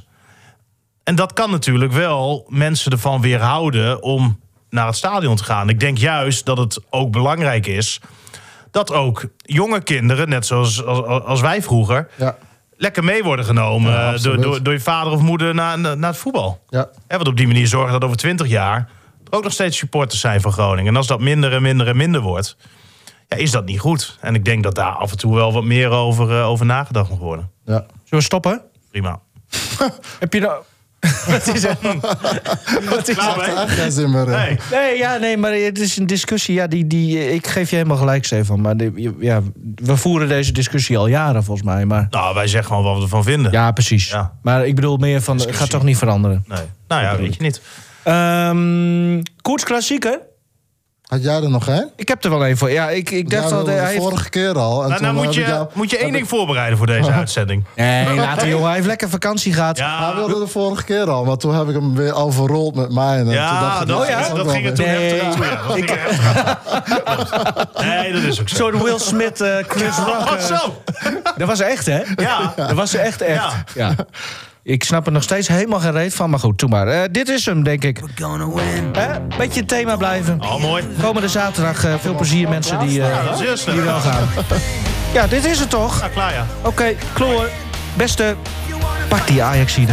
[SPEAKER 4] En dat kan natuurlijk wel mensen ervan weerhouden om naar het stadion te gaan. Ik denk juist dat het ook belangrijk is dat ook jonge kinderen, net zoals als, als wij vroeger,
[SPEAKER 3] Ja.
[SPEAKER 4] lekker mee worden genomen
[SPEAKER 3] Ja,
[SPEAKER 4] eh, door,
[SPEAKER 3] absoluut.
[SPEAKER 4] door, door je vader of moeder naar, naar naar het voetbal.
[SPEAKER 3] Ja.
[SPEAKER 4] Hè, want op die manier zorgen dat over 20 jaar er ook nog steeds supporters zijn van Groningen. En als dat minder en minder en minder wordt, ja, is dat niet goed. En ik denk dat daar af en toe wel wat meer over, eh, over nagedacht moet worden.
[SPEAKER 3] ja.
[SPEAKER 2] Zullen we stoppen?
[SPEAKER 4] Prima.
[SPEAKER 2] Heb je nou... <laughs> Wat is er? Wat is
[SPEAKER 4] Klaar
[SPEAKER 2] er?
[SPEAKER 4] mee?
[SPEAKER 3] Echt geen zin meer in.
[SPEAKER 4] Nee.
[SPEAKER 2] Nee, ja, nee, maar het is een discussie. Ja, die, die, eh, ik geef je helemaal gelijk, Stefan. Maar die- ja, we voeren deze discussie al jaren, volgens mij. Maar,
[SPEAKER 4] Nou, wij zeggen gewoon wat we ervan vinden.
[SPEAKER 2] ja, precies.
[SPEAKER 4] Ja.
[SPEAKER 2] Maar ik bedoel meer van, het gaat toch niet veranderen.
[SPEAKER 4] Nee. Nou ja, weet je niet.
[SPEAKER 2] Ehm Koets klassieker?
[SPEAKER 3] Had jij er nog één?
[SPEAKER 2] Ik heb er wel één voor. Ja, ik, ik dacht
[SPEAKER 3] Jij
[SPEAKER 2] al...
[SPEAKER 3] wilde
[SPEAKER 2] Hij
[SPEAKER 3] de
[SPEAKER 2] heeft...
[SPEAKER 3] vorige keer al.
[SPEAKER 4] Nou,
[SPEAKER 3] En
[SPEAKER 4] nou
[SPEAKER 3] toen
[SPEAKER 4] moet,
[SPEAKER 3] heb
[SPEAKER 4] je,
[SPEAKER 3] ik jou-
[SPEAKER 4] moet je één ding voorbereiden voor deze uitzending.
[SPEAKER 2] Nee, later jongen. Hij heeft lekker vakantie gehad.
[SPEAKER 3] Hij
[SPEAKER 4] Ja,
[SPEAKER 3] wilde de vorige keer al, maar toen heb ik hem weer overrold met mij. En toen dacht
[SPEAKER 4] ja,
[SPEAKER 3] ik,
[SPEAKER 4] dat,
[SPEAKER 3] nou, is ook
[SPEAKER 4] dat
[SPEAKER 3] wel
[SPEAKER 4] ging het
[SPEAKER 3] weer-
[SPEAKER 4] toen
[SPEAKER 2] weer.
[SPEAKER 4] heftig
[SPEAKER 2] Nee.
[SPEAKER 4] aan toe, ja. Dat ging er heftig aan toe. Nee, dat is ook zo.
[SPEAKER 2] Een soort Will Smith, eh, Chris Rock.
[SPEAKER 4] Wat
[SPEAKER 2] eh.
[SPEAKER 4] zo?
[SPEAKER 2] Dat was echt, hè?
[SPEAKER 4] Ja.
[SPEAKER 2] Dat was echt, echt.
[SPEAKER 4] Ja.
[SPEAKER 2] Ja. Ik snap er nog steeds helemaal geen reet van, maar goed, doe maar. Eh, dit is hem, denk ik. Hè? beetje het thema blijven.
[SPEAKER 4] Oh, mooi.
[SPEAKER 2] Komende zaterdag eh, veel plezier, mensen die, eh,
[SPEAKER 4] Ja, dat is heel snel.
[SPEAKER 2] die wel <laughs> gaan. Ja, dit is het toch?
[SPEAKER 4] Ja, klaar ja.
[SPEAKER 2] Oké, Kloor, beste, pak die ajax
[SPEAKER 6] Does